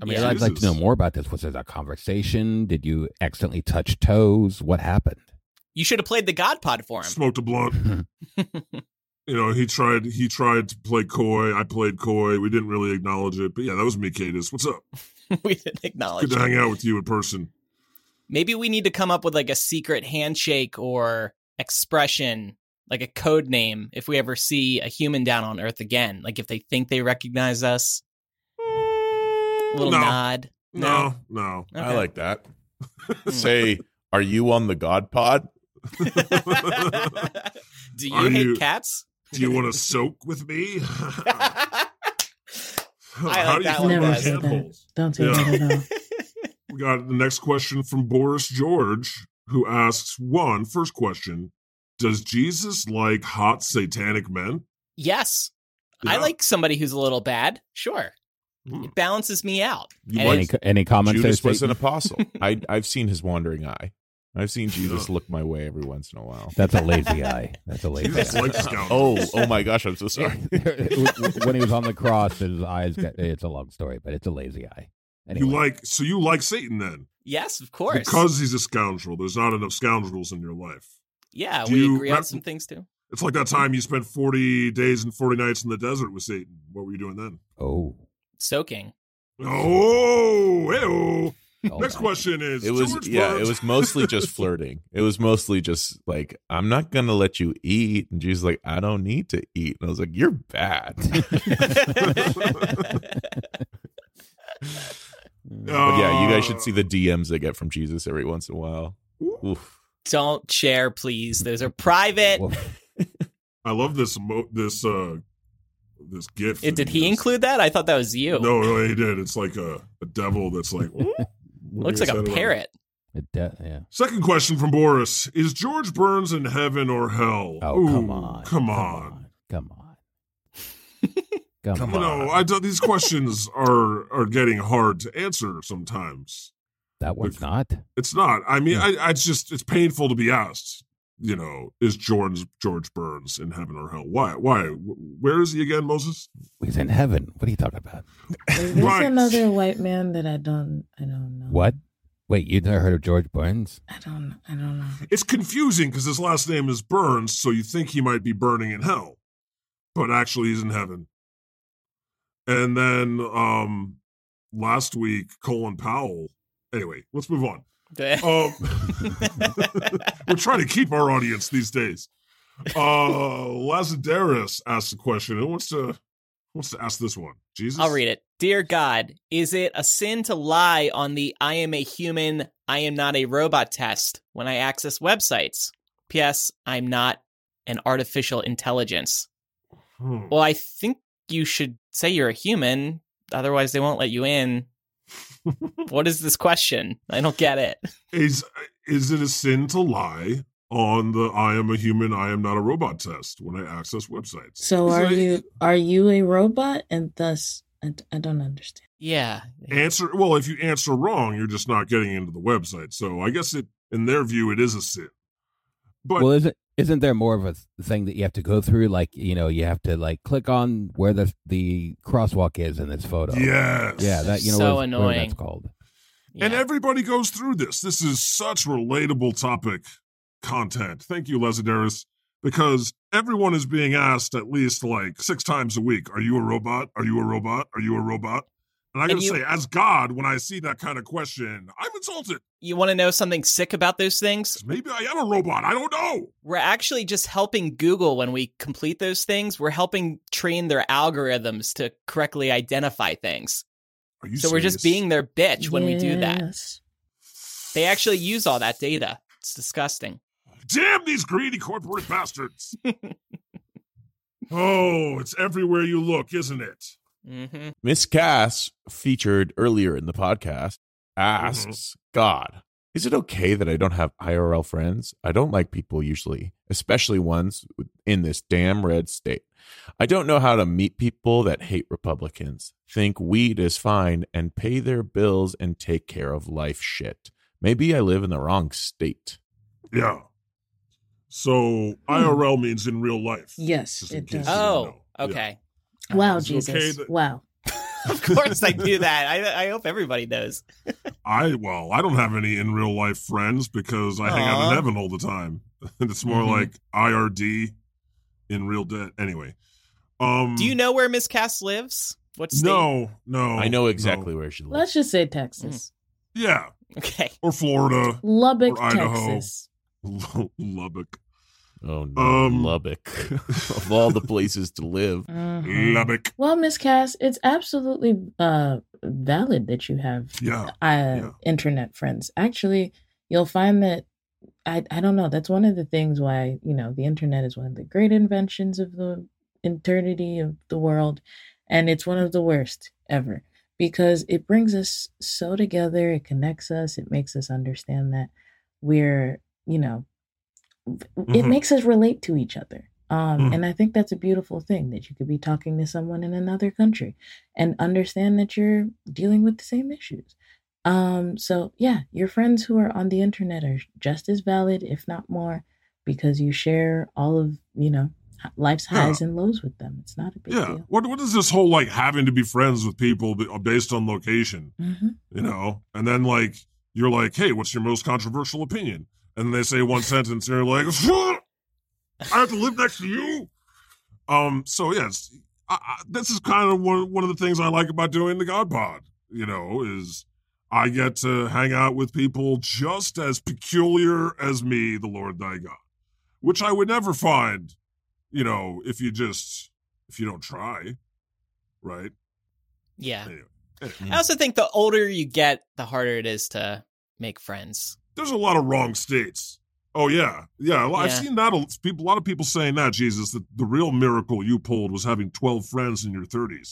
S6: I mean,
S1: Yeah.
S6: I'd like to know
S3: Jesus.
S6: more about this. Was it a conversation? Did you accidentally touch toes? What happened?
S1: You should have played the God Pod for him.
S3: Smoked a blunt. You know, he tried he tried to play coy. I played coy. We didn't really acknowledge it. But yeah, that was me, Cadis. What's up?
S1: *laughs* we didn't acknowledge.
S3: Good to
S1: it.
S3: hang out with you in person.
S1: Maybe we need to come up with like a secret handshake or expression, like a code name, if we ever see a human down on Earth again. Like if they think they recognize us, a little
S3: Mm, No.
S1: nod.
S3: No, no.
S5: *laughs* I
S1: Okay. *laughs*
S5: like that. *laughs* Say, are you on the God pod?
S1: Do you
S3: Are
S1: hate
S3: you-
S1: cats?
S3: *laughs* Do you want to soak with me? *laughs* How
S1: like
S3: do you
S1: that
S3: feel
S1: one
S3: about
S1: best.
S3: hand holes?
S2: *laughs* Don't say
S3: Yeah.
S2: that at all.
S3: *laughs* We got the next question from Boris George, who asks one first question: Does Jesus like hot satanic men?
S1: yes. I
S3: Yeah.
S1: like somebody who's a little bad. Sure.
S3: Hmm.
S1: It balances me out.
S5: You
S1: And
S6: any,
S1: it's-
S6: any comments?
S5: Judas
S6: there,
S5: was an
S6: Satan? *laughs*
S5: apostle. I, I've seen his wandering eye. I've seen Jesus look my way every once in a while.
S6: That's a lazy eye. That's a lazy
S3: Jesus
S6: eye.
S1: *laughs*
S3: likes scoundrels.
S5: Oh, oh my gosh! I'm so sorry. *laughs*
S6: *laughs* when he was on the cross, his eyes got, it's a long story, but it's a lazy eye.
S5: Oh.
S6: Anyway,
S3: You like so you like Satan then
S1: yes, of course.
S3: because he's a scoundrel. There's not enough scoundrels in your life.
S1: yeah,
S3: do
S1: we
S3: you
S1: agree on
S3: rep-
S1: some things too.
S3: It's like that time you spent 40 days and 40 nights in the desert with Satan. What were you doing then?
S6: oh,
S3: *laughs*
S1: Soaking. *laughs*
S3: Oh, hey-oh.
S6: oh
S3: Next
S6: my-
S3: question is
S5: it was
S3: George
S5: yeah
S3: Burns-
S5: it was mostly *laughs* just flirting it was mostly just like i'm not gonna let you eat and jesus like i don't need to eat and i was like you're bad But yeah, you *laughs*
S3: Uh,
S5: guys should see the DMs I get from Jesus every once in a while. Oof.
S1: Don't share, please. Those are private.
S6: Well,
S3: I love this mo- this uh this gift.
S1: It,
S3: that
S1: did he
S3: has.
S1: include that? I thought that was you.
S3: No, no, he did. It's like a, a devil that's like
S1: Looks like a
S3: *laughs*
S1: parrot.
S6: it de- yeah.
S3: Second question from Boris: Is George Burns in heaven or hell?
S6: Oh,
S3: Ooh,
S6: come on.
S3: come on.
S6: Come on. Come on.
S5: Come
S3: You
S5: on.
S3: know, I do, these questions are are getting hard to answer sometimes.
S6: That one's not.
S3: It's not. I mean, I, I it's just it's painful to be asked. You know, is George George Burns in heaven or hell? Why? Why? Wh- Where is he again, Moses?
S6: He's in heaven. What are you talking about?
S2: Is this
S3: Right.
S2: another white man that I don't I don't know?
S6: What? Wait, you never heard of George Burns?
S2: I don't I don't know.
S3: It's confusing because his last name is Burns, so you think he might be burning in hell, but actually he's in heaven. And then um last week, Colin Powell. Anyway, let's move on. Um, *laughs* we're trying to keep our audience these days. Uh Lazarus asked the question. Who wants to wants to ask this one?
S1: *laughs*
S3: Jesus,
S1: I'll read it. Dear God, is it a sin to lie on the I am a human, I am not a robot test when I access websites? P.S. I'm not an artificial intelligence.
S3: Hmm.
S1: Well, I think you should say you're a human, otherwise, they won't let you in. what is this question? I don't get it.
S3: Is is it a sin to lie on the "I am a human, I am not a robot" test when I access websites?
S2: So
S3: Is
S2: are
S3: it-
S2: you are you a robot and thus I, I don't understand.
S1: Yeah.
S3: answer? Well, if you answer wrong, you're just not getting into the website. So I guess it, in their view, it is a sin. But
S6: well, isn't isn't there more of a th- thing that you have to go through? Like you know, you have to like click on where the the crosswalk is in this photo.
S3: yes,
S6: yeah, that you know,
S1: So
S6: what- whatever
S1: annoying.
S6: that's called.
S3: and
S1: Yeah.
S3: everybody goes through this. This is such relatable topic content. Thank you, Lezidaris, because everyone is being asked at least like six times a week, "Are you a robot? Are you a robot? Are you a robot?" And I
S1: And
S3: gotta
S1: you-
S3: say, as God, when I see that kind of question, I'm insulted.
S1: you want to know something sick about those things?
S3: Maybe I am a robot. I don't know.
S1: we're actually just helping Google when we complete those things. We're helping train their algorithms to correctly identify things.
S3: Are you
S1: so we're just
S3: serious?
S1: being their bitch when we do that.
S2: Yes.
S1: They actually use all that data. It's disgusting.
S3: Damn these greedy corporate
S1: *laughs*
S3: bastards. oh, it's everywhere you look, isn't it?
S1: Mm-hmm.
S5: Miss Cass, featured earlier in the podcast,
S3: Mm-hmm.
S5: asks God, is it okay that I don't have IRL friends? I don't like people usually, especially ones in this damn red state. I don't know how to meet people that hate Republicans, think weed is fine, and pay their bills and take care of life shit. Maybe I live in the wrong state.
S3: Yeah. So
S1: Hmm.
S3: IRL means in real life.
S2: Yes,
S3: Just in
S2: it
S3: case.
S2: does.
S1: Oh,
S3: Yeah.
S1: okay. *laughs* Oh.
S2: wow,
S3: Is it
S2: Jesus.
S3: okay that-
S2: wow.
S1: of course I do that. I, I hope everybody knows.
S3: I well, I don't have any in real life friends because I hang out
S1: Aw.
S3: in heaven all the time. *laughs* it's more
S1: Mhm.
S3: like IRD in real debt. Anyway. Um
S1: Do you know where Miss Cass lives? What state?
S3: No, no.
S5: I know
S3: Oh, no.
S5: exactly where she lives.
S2: Let's just say Texas.
S3: Yeah.
S1: *laughs* Okay.
S3: Or
S1: Mm.
S3: Florida. *laughs*
S2: Lubbock,
S3: Or Idaho.
S2: Texas.
S5: *laughs*
S3: Lubbock. *laughs*
S5: Oh no,
S3: Um,
S5: Lubbock.
S3: *laughs*
S5: of all the places to live.
S2: Mhm.
S3: Lubbock.
S2: Well, Miss Cass, it's absolutely uh, valid that you have
S3: Yeah.
S2: uh, internet friends. Actually, you'll find that I I don't know. That's one of the things why you know the internet is one of the great inventions of the eternity of the world, and it's one of the worst ever because it brings us so together. It connects us. It makes us understand that we're you know it
S3: Mhm.
S2: makes us relate to each other. Um,
S3: Mhm.
S2: And I think that's a beautiful thing that you could be talking to someone in another country and understand that you're dealing with the same issues. Um, so, yeah, your friends who are on the internet are just as valid, if not more, because you share all of, you know, h- life's
S3: Yeah.
S2: highs and lows with them. It's not a big
S3: Yeah.
S2: deal.
S3: What what is this whole like having to be friends with people b- based on location? *laughs*
S2: hmm
S3: you know and then like you're like hey what's your most controversial opinion and they say one *laughs* sentence and you're like "Phew, i have to live next to you um so yes I, I, this is kind of one, one of the things i like about doing the god pod you know is i get to hang out with people just as peculiar as me the lord thy god which i would never find you know if you just if you don't try right
S1: Yeah.
S3: Anyway.
S1: I also think the older you get, the harder it is to make friends. *laughs*
S3: There's a lot of wrong states. Oh yeah, yeah. I've
S1: Yeah.
S3: seen that. A people- a lot of people saying that Jesus, that the real miracle you pulled was having twelve friends in your thirties.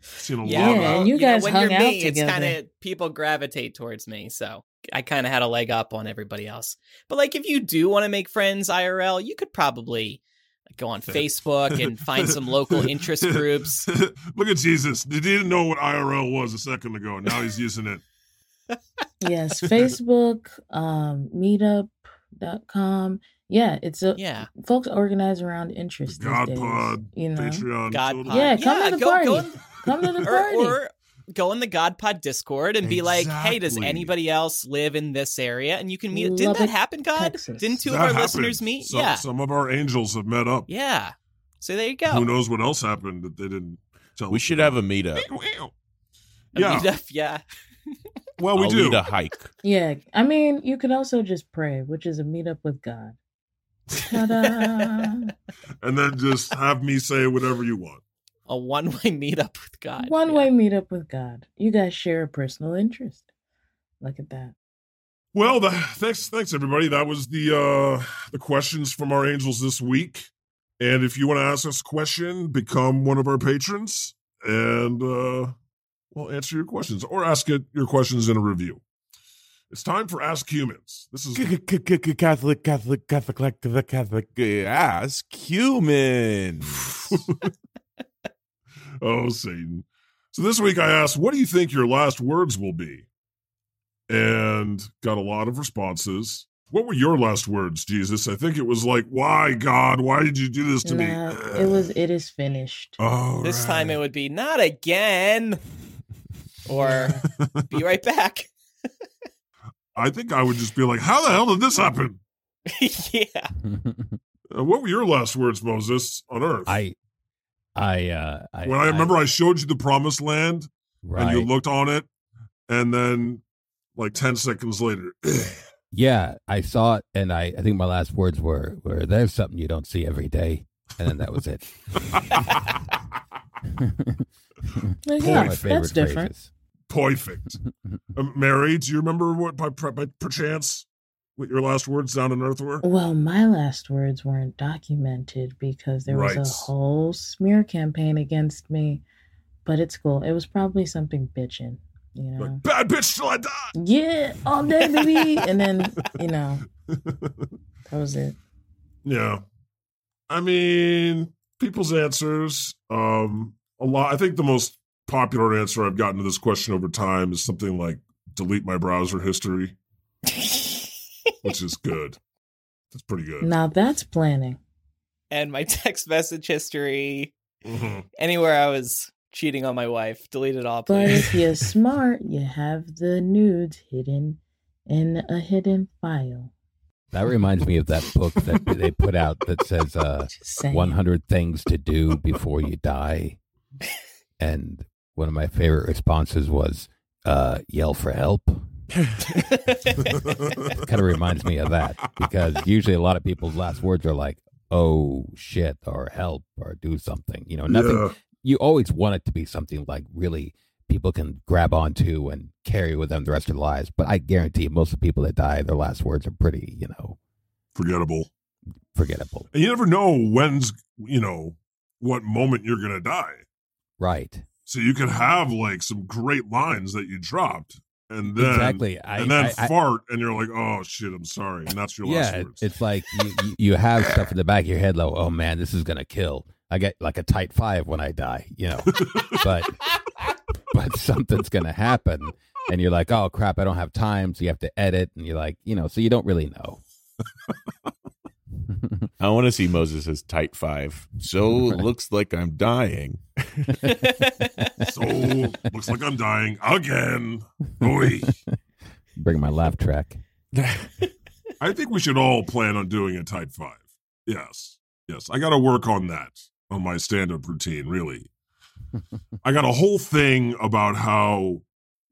S3: Seen a
S2: Yeah,
S3: lot. Of
S2: and
S3: that.
S2: you guys
S1: when
S2: hung
S1: you're me,
S2: out
S1: It's kind
S2: together.
S1: of people gravitate towards me, so I kind of had a leg up on everybody else. But like, if you do want to make friends IRL, you could probably like, go on Facebook and find some local interest
S3: *laughs*
S1: groups.
S3: Look at Jesus. He didn't know what IRL was a second ago. Now he's
S1: *laughs*
S3: using it.
S2: yes, Facebook, um, meetup.com. Yeah, it's a
S1: Yeah,
S2: folks organize around interests. these
S3: God
S2: days,
S3: pod,
S2: you know.
S3: Patreon.
S1: God
S3: totally.
S1: pod.
S2: Yeah, come to the
S1: go, go
S2: party. Come
S3: *laughs*
S2: to the
S1: in-
S2: party.
S1: or, or go in the God Pod Discord and be like, "Hey, does
S3: Exactly.
S1: anybody else live in this area?" And you can meet. Didn't that
S2: Lubbock,
S1: happen, God?
S2: Texas.
S1: Didn't two
S3: That
S1: of our
S3: happened.
S1: listeners meet?
S3: Some,
S1: yeah,
S3: Some of our angels have met up.
S1: yeah. So there you go.
S3: Who knows what else happened that they didn't tell
S5: We
S3: us
S5: should
S3: about.
S5: have a meetup.
S1: A
S3: Yeah.
S1: meetup, yeah.
S2: *laughs*
S3: Well, Oh, we
S5: I'll
S3: do.
S5: lead a hike.
S2: Yeah, I mean, you could also just pray, which is a meetup with God.
S3: *laughs*
S2: Ta-da.
S3: And then just have me say whatever you want.
S1: a one way *laughs* meetup with God.
S2: One
S1: Yeah.
S2: way meetup with God. You guys share a personal interest. Look at that.
S3: Well, the, thanks, thanks everybody. That was the uh, the questions from our angels this week. And if you want to ask us a question, become one of our patrons, and uh, we'll answer your questions or ask it, your questions in a review. It's time for Ask Humans. This
S5: *laughs*
S3: is
S5: Catholic, Catholic, Catholic, Catholic, Catholic. Ask human.
S3: *laughs* oh Satan. So this week I asked, "What do you think your last words will be?" And got a lot of responses. What were your last words, Jesus? I think it was like, "Why God? Why did you do this to me?"
S2: Nah,
S6: uh,
S2: it
S3: *sighs*
S2: was it is finished.
S3: Oh,
S1: This time it would be not again,
S3: *laughs*
S1: or be right back. *laughs*
S3: I think I would just be like, "How the hell did this happen?"
S1: yeah,
S3: Uh, what were your last words, Moses, on Earth?
S6: I, I, uh, I,
S3: when I remember, I, showed you the Promised Land,
S6: right.
S3: and you looked on it, and then, like ten seconds
S6: *laughs*
S3: later, *laughs*
S6: yeah, I saw it, and I, I think my last words were, were, "There's something you don't see every day," and then that
S3: *laughs*
S6: was it. *laughs*
S2: Like,
S3: Boy,
S6: One of
S2: yeah,
S6: my
S2: that's
S6: favorite
S2: different.
S6: phrases.
S3: perfect. Um, Mary, do you remember what, by, by perchance, what your last words down on Earth were?
S2: Well, my last words weren't documented because there was
S3: Right.
S2: a whole smear campaign against me. But it's cool. It was probably something bitching, you know.
S3: Like, bad bitch till I die.
S2: yeah, all day baby, and then you
S6: *laughs*
S2: know that was it.
S3: Yeah. I mean, people's answers. Um, a lot. I think the most popular answer I've gotten to this question over time is something like delete my browser history, which is good. That's pretty good.
S2: Now that's planning.
S1: and my text message history,
S3: Mhm.
S1: anywhere I was cheating on my wife, delete it all,
S2: But
S1: please.
S2: if you're smart, you have the nudes hidden in a hidden file.
S6: That reminds me of that book that they put out that says uh,
S2: Just saying.
S6: 100 things to do before you die. And one of my favorite responses was uh, yell for help. Kind of reminds me of that because usually a lot of people's last words are like, oh shit, or help, or do something. You know, nothing.
S3: Yeah.
S6: You always want it to be something like really people can grab onto and carry with them the rest of their lives. But I guarantee most of the people that die, their last words are pretty, you know,
S3: Forgettable.
S6: forgettable.
S3: And you never know when's you know what moment you're gonna die.
S6: Right.
S3: So you could have like some great lines that you dropped, and then
S6: exactly. I,
S3: and then
S6: I- I-
S3: fart, and you're like, oh shit, I'm sorry, and that's your
S6: yeah,
S3: last words.
S6: it's like you, you, you have stuff in the back of your head, like, oh man, this is gonna kill. I get like a tight five when I die, you
S3: *laughs*
S6: know, but but something's gonna happen, and you're like, oh crap, I don't have time, so you have to edit, and you're like, you know, so you don't really know.
S5: *laughs*
S6: *laughs*
S5: I want to see Moses' tight five. So looks like I'm
S3: *laughs*
S5: dying.
S3: So looks like I'm dying again.
S6: *laughs*
S3: Oy.
S6: Bring my laugh track.
S5: Oh,
S3: I think we should all plan on doing a type five. Yes. Yes. I gotta work on that on my stand-up routine, really. I got a whole thing about how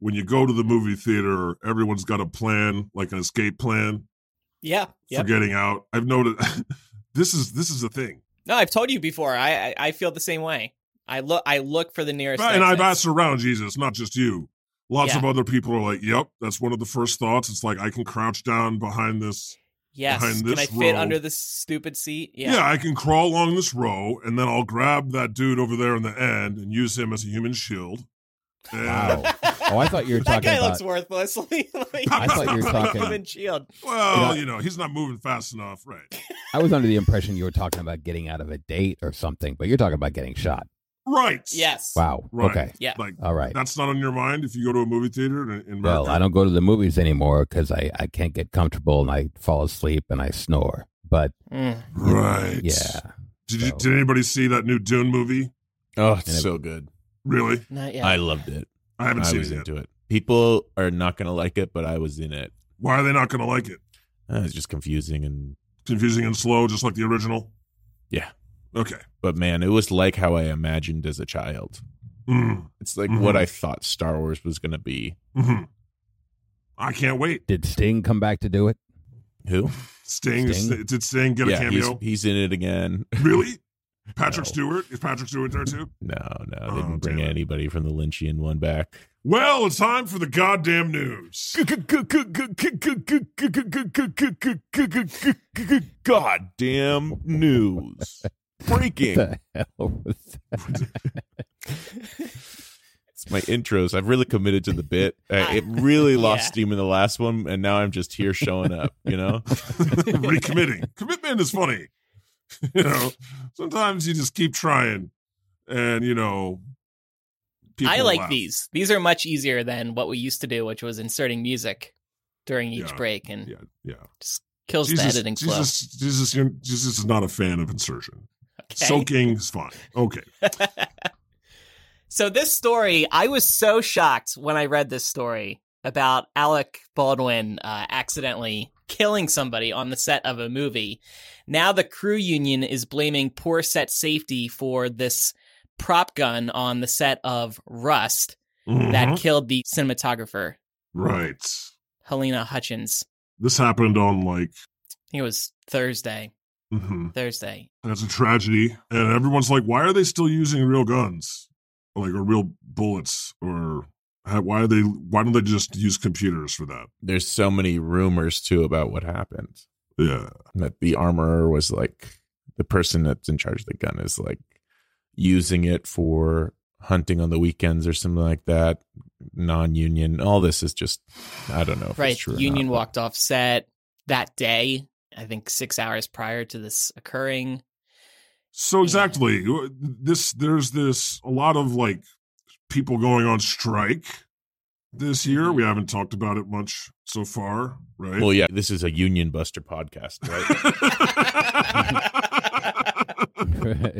S3: when you go to the movie theater, everyone's got a plan, like an escape plan
S1: *laughs* yeah,
S3: for
S1: yep.
S3: getting out. I've noticed *laughs* this is this is a thing.
S1: No, I've told you before. I, I I feel the same way. I look. I look for the nearest.
S3: and I've
S1: exits.
S3: asked around, Jesus, not just you. Lots
S1: Yeah.
S3: of other people are like, "Yep, that's one of the first thoughts." It's like I can crouch down behind this.
S1: Yes.
S3: behind
S1: Can
S3: this
S1: I fit
S3: row.
S1: under this stupid seat?
S3: Yeah.
S1: Yeah. *laughs*
S3: I can crawl along this row, and then I'll grab that dude over there in the end and use him as a human shield. And-
S6: Wow. Oh, I thought you were
S1: that
S6: talking
S1: guy
S6: about.
S1: looks worthless. *laughs* like,
S3: I
S6: thought you were talking-
S1: Human shield.
S3: Well,
S6: Yeah.
S3: you know, he's not moving fast enough, right?
S6: I was under the impression you were talking about getting out of a date or something, but you're talking about getting shot.
S3: Right.
S1: Yes.
S6: Wow.
S3: Right.
S6: Okay.
S1: Yeah.
S3: Like
S6: All right.
S3: that's not on your mind if you go to a movie theater in, in
S6: Well,
S3: America.
S6: I don't go to the movies anymore because I, I can't get comfortable and I fall asleep and I snore. But
S1: Mm.
S3: Right.
S6: yeah,
S3: Did you,
S6: So-
S3: did anybody see that new Dune movie?
S5: Oh,
S6: And it-
S5: it's so good.
S3: Really?
S1: Not yet.
S5: I loved it.
S3: I haven't
S5: I
S3: seen
S5: was
S3: it. Yet.
S5: into it. People are not going to like it, but I was in it.
S3: Why are they not going to like it?
S5: Uh, it's just confusing and
S3: Confusing and slow, just like the original.
S5: Yeah.
S3: Okay.
S5: but man, it was like how I imagined as a child.
S3: Mm.
S5: It's like
S3: Mhm.
S5: what I thought Star Wars was going to be.
S3: hmm I can't wait.
S6: did Sting come back to do it?
S5: Who?
S3: Sting, is-
S6: Sting?
S3: did Sting get a
S5: yeah, he's,
S3: cameo?
S5: he's in it again.
S3: Really? *laughs* Patrick
S5: No.
S3: Stewart is Patrick Stewart there too?
S5: No, no, they
S3: Oh,
S5: didn't bring
S3: damn it.
S5: anybody from the Lynchian one back.
S3: Well, it's time for the goddamn
S5: *laughs*
S3: news.
S5: Goddamn news. *laughs* Breaking.
S6: What the *laughs* hell was that?
S5: It's my intros. I've really committed to the bit. Uh, it really lost steam in the last one, and now I'm just here showing up, you know?
S3: Recommitting. Commitment is funny. *laughs* you know, sometimes you just keep trying, and you know,
S1: I
S3: will
S1: like
S3: laugh.
S1: these. These are much easier than what we used to do, which was inserting music during each
S3: Yeah.
S1: break and
S3: Yeah, yeah.
S1: kills the
S3: Jesus,
S1: editing flow.
S3: Jesus, Jesus, you're- Jesus is not a fan of insertion.
S1: Okay.
S3: Soaking is fine. Okay.
S1: *laughs* so this story, I was so shocked when I read this story about Alec Baldwin uh, accidentally killing somebody on the set of a movie. Now the crew union is blaming poor set safety for this prop gun on the set of Rust that
S3: Mhm.
S1: killed the cinematographer
S3: right.
S1: Helena Hutchins.
S3: This happened on like.
S1: I think it was Thursday.
S3: mhm.
S1: Thursday.
S3: That's a tragedy, and everyone's like, "Why are they still using real guns, or like or real bullets, or how- why are they? Why don't they just use computers for that?"
S5: There's so many rumors, too, about what happened.
S3: Yeah.
S5: That the armorer was like, the person that's in charge of the gun is like using it for hunting on the weekends or something like that, non union. All this is just, I don't know
S3: Oh,
S5: if
S1: right.
S5: it's true. or
S1: Union
S5: not.
S1: walked off set that day, I think six hours prior to this occurring.
S3: So exactly, uh, this there's this a lot of like people going on strike this year.
S1: Mhm.
S3: We haven't talked about it much so far, right? *laughs*
S5: Well, yeah, this is a Union Buster podcast, right? *laughs*
S3: *laughs*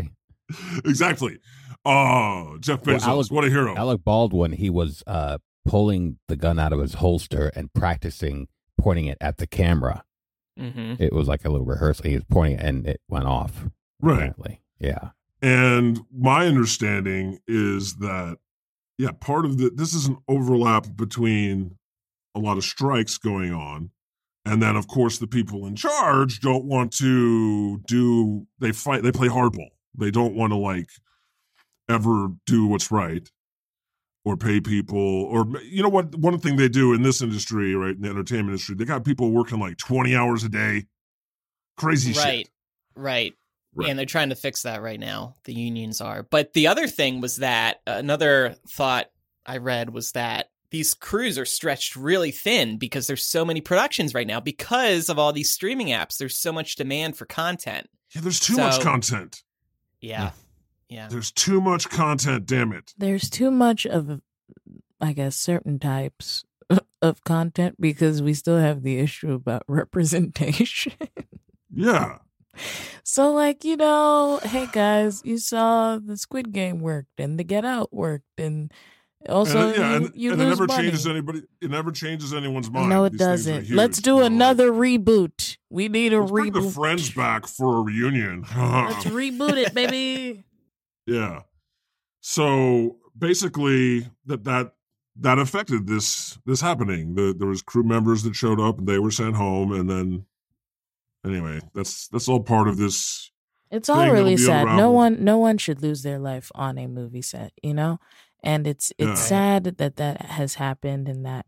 S3: exactly. Oh, Jeff
S6: Well,
S3: Bezos,
S6: Alec-
S3: what a hero!
S6: Alec Baldwin, he was uh, pulling the gun out of his holster and practicing pointing it at the camera.
S1: Mm-hmm.
S6: It was like a little rehearsal. He was pointing it and it went off.
S3: right.
S6: Apparently. Yeah.
S3: And my understanding is that, yeah, part of the this is an overlap between a lot of strikes going on. And then, of course, the people in charge don't want to do, they fight, they play hardball. They don't want to like ever do what's right or pay people. Or, you know what? One thing they do in this industry, right, in the entertainment industry, they got people working like 20 hours a day. Crazy shit.
S1: Right. Right.
S3: Right.
S1: And they're trying to fix that right now. The unions are. But the other thing was that another thought I read was that these crews are stretched really thin because there's so many productions right now because of all these streaming apps. There's so much demand for content.
S3: Yeah, there's too much
S1: So-
S3: content.
S1: Yeah.
S3: Hmm.
S1: Yeah.
S3: There's too much content, damn it.
S2: There's too much of, I guess, certain types of content because we still have the issue about *laughs* representation.
S3: Yeah.
S2: So, like, you know, hey guys, you saw the Squid Game worked and the Get Out worked, and also
S3: and, uh, yeah,
S2: you,
S3: and,
S2: you
S3: and it
S2: lose
S3: never
S2: money.
S3: changes anybody it never changes anyone's mind.
S2: no, it
S3: These things are
S2: doesn't.
S3: huge,
S2: Let's do
S3: you know?
S2: another reboot. We need a
S3: Let's
S2: reboot.
S3: bring the friends back for a reunion. *laughs*
S2: Let's reboot it, baby.
S3: yeah. So basically that that that affected this this happening. The, there was crew members that showed up and they were sent home and then anyway, that's that's all part of this
S2: It's
S3: thing
S2: all
S3: that'll
S2: really
S3: be
S2: sad. No
S3: unraveled.
S2: one, no one should lose their life on a movie set, you know. And it's it's
S3: Yeah.
S2: sad that that has happened, and that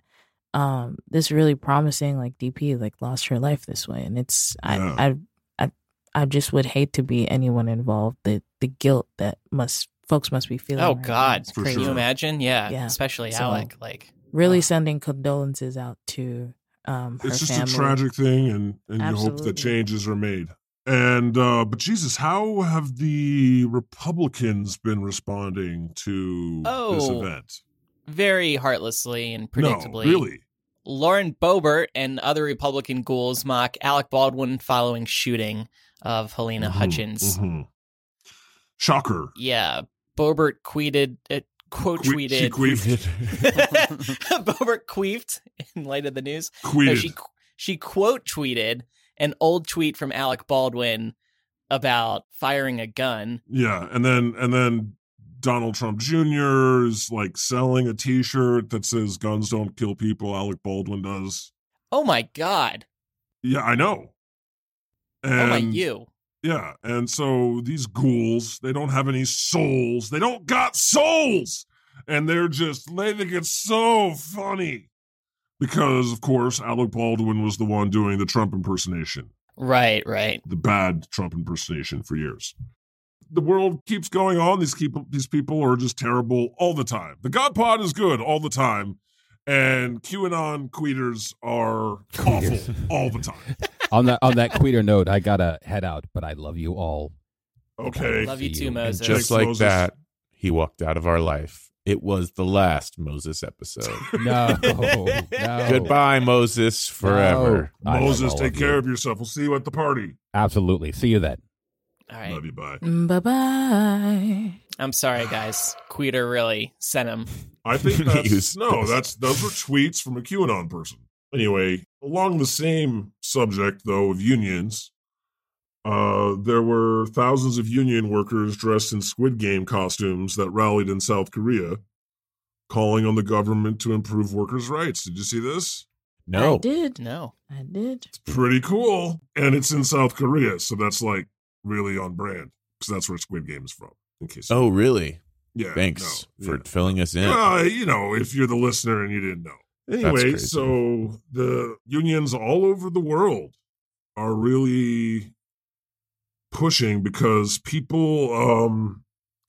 S2: um this really promising like DP like lost her life this way, and it's
S3: Yeah.
S2: I, I I I just would hate to be anyone involved. The the guilt that must folks must be feeling.
S1: Oh,
S2: right now
S1: God.
S2: is
S3: For
S2: crazy.
S1: Can you
S3: sure.
S1: imagine? Yeah,
S2: Yeah.
S1: especially
S2: So-
S1: Alec. Like,
S2: Really
S1: Ugh.
S2: sending condolences out to um her
S3: it's just
S2: family.
S3: a tragic thing and, and you hope
S2: Absolutely.
S3: that changes are made and uh but jesus how have the republicans been responding to this
S1: Oh,
S3: event
S1: very heartlessly and predictably.
S3: no really
S1: Lauren Boebert and other Republican ghouls mock Alec Baldwin following shooting of Helena
S3: Mhm,
S1: Hutchins.
S3: mhm. shocker
S1: Yeah, Boebert tweeted, uh, quote
S3: Que- she
S1: tweeted.
S3: queefed
S1: *laughs* Boebert queefed in light of the news. No,
S3: Queefed.
S1: she qu- she quote tweeted an old tweet from Alec Baldwin about firing a gun.
S3: yeah and then and then donald trump jr is like selling a t-shirt that says guns don't kill people alec baldwin does
S1: Oh my god!
S3: yeah i know and
S1: oh my you!
S3: Yeah, and so these ghouls, they don't have any souls. They don't got souls. And they're just they think it's so funny. Because of course Alec Baldwin was the one doing the Trump impersonation,
S1: Right, right.
S3: the bad Trump impersonation for years. The world keeps going on. These keep, these people are just terrible all the time. The God Pod is good all the time, and QAnon queeters are awful
S6: Queeters.
S3: all the time.
S6: on that on that queer note, I gotta head out, but I love you all.
S3: Okay,
S1: Love you
S6: See
S1: too,
S6: you.
S5: And
S1: Moses.
S5: just
S3: Thanks,
S5: like
S3: Moses.
S5: that, he walked out of our life. It was the last Moses
S3: *laughs*
S5: episode.
S6: No, *laughs* no.
S5: Goodbye, Moses,
S6: No.
S5: forever.
S6: I love
S3: Moses,
S6: all
S3: take
S6: you.
S3: care of yourself. We'll see you at the party.
S6: Absolutely. See you then.
S1: All right.
S3: Love you. Bye.
S2: Bye bye.
S1: I'm sorry, guys. Queeter really sent him.
S3: I think that's
S5: Use
S3: no.
S5: this.
S3: That's those were tweets from a QAnon person. Anyway, along the same subject though of unions, uh, there were thousands of union workers dressed in Squid Game costumes that rallied in South Korea, calling on the government to improve workers' rights. Did you see this?
S2: I
S5: No.
S2: did.
S1: No.
S2: I did.
S3: It's pretty cool, and it's in South Korea, so that's like really on brand because that's where Squid Game is from. In case,
S5: Oh, really?
S3: yeah,
S5: Thanks
S3: Uh, no,
S5: for
S3: yeah.
S5: filling us in.
S3: Well, Uh, you know, if you're the listener and you didn't know. Anyway,
S5: crazy.
S3: so the unions all over the world are really pushing because people um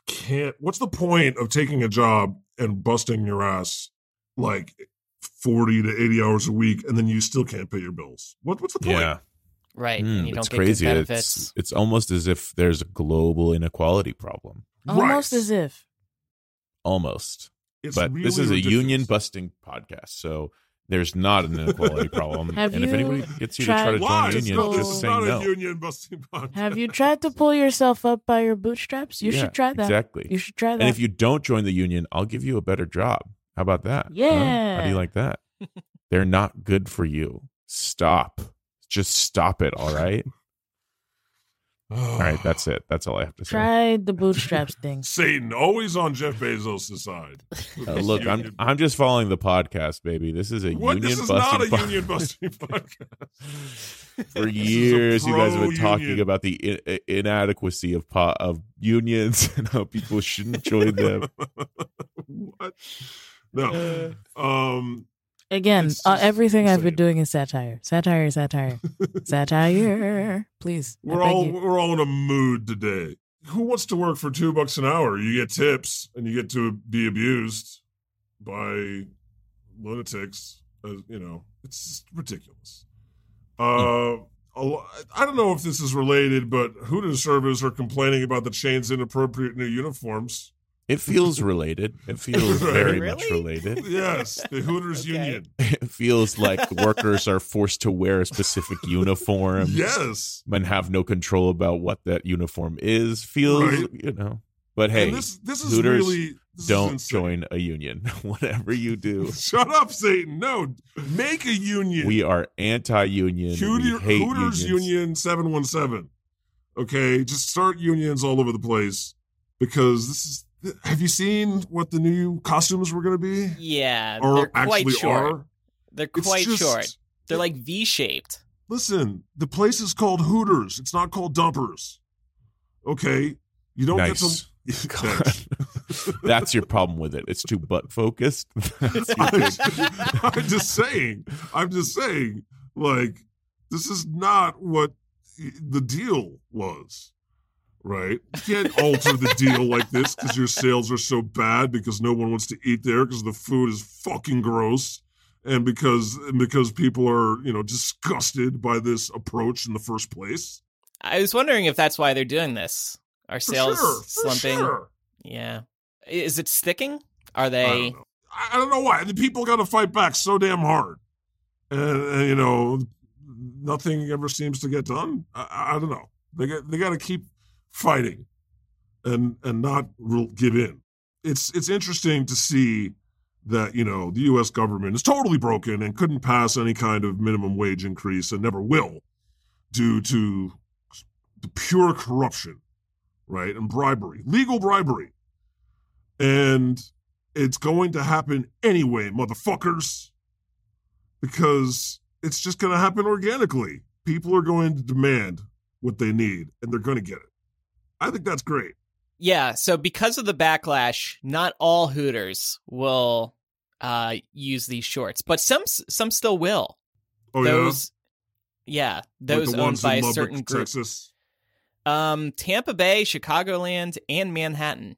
S3: can't what's the point of taking a job and busting your ass like 40 to 80 hours a week and then you still can't pay your bills. What what's the point?
S5: yeah.
S1: Right.
S3: Hmm,
S5: Mm,
S1: and you don't
S5: it's
S1: get
S5: crazy.
S1: good
S5: It's,
S1: benefits.
S5: it's almost as if there's a global inequality problem.
S2: Almost
S3: Right.
S2: as if.
S5: Almost.
S3: It's
S5: but this
S3: really
S5: is a
S3: ridiculous.
S5: union busting podcast, so there's not an
S3: *laughs*
S5: inequalality problem.
S2: Have
S5: and if
S2: you
S5: anybody gets you to try
S2: tried
S5: to join
S3: Why?
S5: a
S3: It's
S5: union,
S3: not, this
S5: just
S3: is
S5: say
S3: not
S5: no.
S3: a union busting *laughs* podcast.
S2: Have you tried
S3: *sighs*
S2: to pull yourself up by your bootstraps? You
S5: Yeah,
S2: should try that.
S5: Exactly.
S2: You should try that.
S5: And if you *laughs* don't join the union, I'll give you a better job. How about that? How do
S2: Yeah.
S5: you
S2: *laughs*
S5: like that? They're not good for you. Stop. Just stop it. All right. All right. That's
S3: *sighs*
S5: it. That's all I have to say.
S2: try the bootstraps thing.
S3: Satan always on Jeff Bezos' side.
S5: Uh, look, I'm I'm just following the podcast, baby. This is a
S3: What?
S5: union
S3: This is
S5: busting
S3: not a
S5: po-
S3: union busting podcast.
S5: *laughs* For
S3: *laughs* This is a
S5: years, you guys have been
S3: pro-union.
S5: talking about the in- inadequacy of po- of unions *laughs* and how people shouldn't join them.
S3: *laughs* what? No. Um.
S2: Again,
S3: It's
S2: uh,
S3: just
S2: everything I've been
S3: insane.
S2: doing is satire. Satire,
S5: *laughs*
S2: satire, satire. Please. I
S3: We're
S2: beg
S3: all
S2: you.
S3: we're all in a mood today. Who wants to work for two bucks an hour? You get tips, and you get to be abused by lunatics. Uh, you know, it's just ridiculous.
S2: Hmm.
S3: Uh, a lo- I don't know if this is related, but Hooters servers are complaining about the chain's inappropriate new uniforms.
S5: It feels related. It feels
S3: Right.
S5: very much
S1: Really?
S5: related. *laughs*
S3: Yes,
S2: *laughs*
S3: the Hooters
S1: Okay.
S3: union.
S5: It feels like workers are forced to wear a specific uniform.
S3: Yes.
S5: and have no control about what that uniform is feels
S3: Right.
S5: you know but hey
S3: and this, this is
S5: Hooters
S3: really this is
S5: don't
S3: insane.
S5: join a union *laughs* whatever you do
S3: Shut up, Satan! No, make a union.
S5: we are anti-union we
S3: Hooter,
S5: hate
S3: Hooters
S5: unions. *laughs*
S3: Union Seven One Seven. Okay, just start unions all over the place because this is. Have you seen what the new costumes were going to be?
S1: yeah.
S3: Or
S1: they're quite
S3: actually
S1: short.
S3: are?
S1: They're
S3: It's
S1: quite
S3: just-
S1: short. They're like V shaped.
S3: Listen, the place is called Hooters. It's not called Dumpers. Okay, you don't
S5: nice.
S3: get *laughs* to.
S5: God. *laughs* That's your problem with it. It's too butt *laughs* focused.
S3: *laughs* I'm just saying. I'm just saying. Like this is not what the deal was, right? You can't alter the deal like this because your sales are so bad because no one wants to eat there because the food is fucking gross and because and because people are you know disgusted by this approach in the first place.
S1: I was wondering if that's why they're doing this. Are
S3: For
S1: sales
S3: sure, for
S1: slumping?
S3: sure.
S1: Yeah. Is it sticking? Are
S3: I don't
S1: they?
S3: know. I, I don't know why the people got to fight back so damn hard, and, and, you know nothing ever seems to get done. I- I, I don't know. They got they got to keep fighting, and and not re- give in. It's it's interesting to see that you know the U.S. government is totally broken and couldn't pass any kind of minimum wage increase and never will, due to the pure corruption, right, and bribery, legal bribery, and it's going to happen anyway, motherfuckers. Because it's just going to happen organically. People are going to demand what they need and they're going to get it. I think that's great.
S1: Yeah. So because of the backlash, not all Hooters will uh, use these shorts, but some some still will.
S3: Oh,
S1: those, yeah,
S3: yeah? Like
S1: those
S3: the
S1: owned
S3: ones
S1: by
S3: in
S1: a
S3: Lubbock,
S1: certain group.
S3: Texas.
S1: Um, Tampa Bay, Chicagoland, and Manhattan.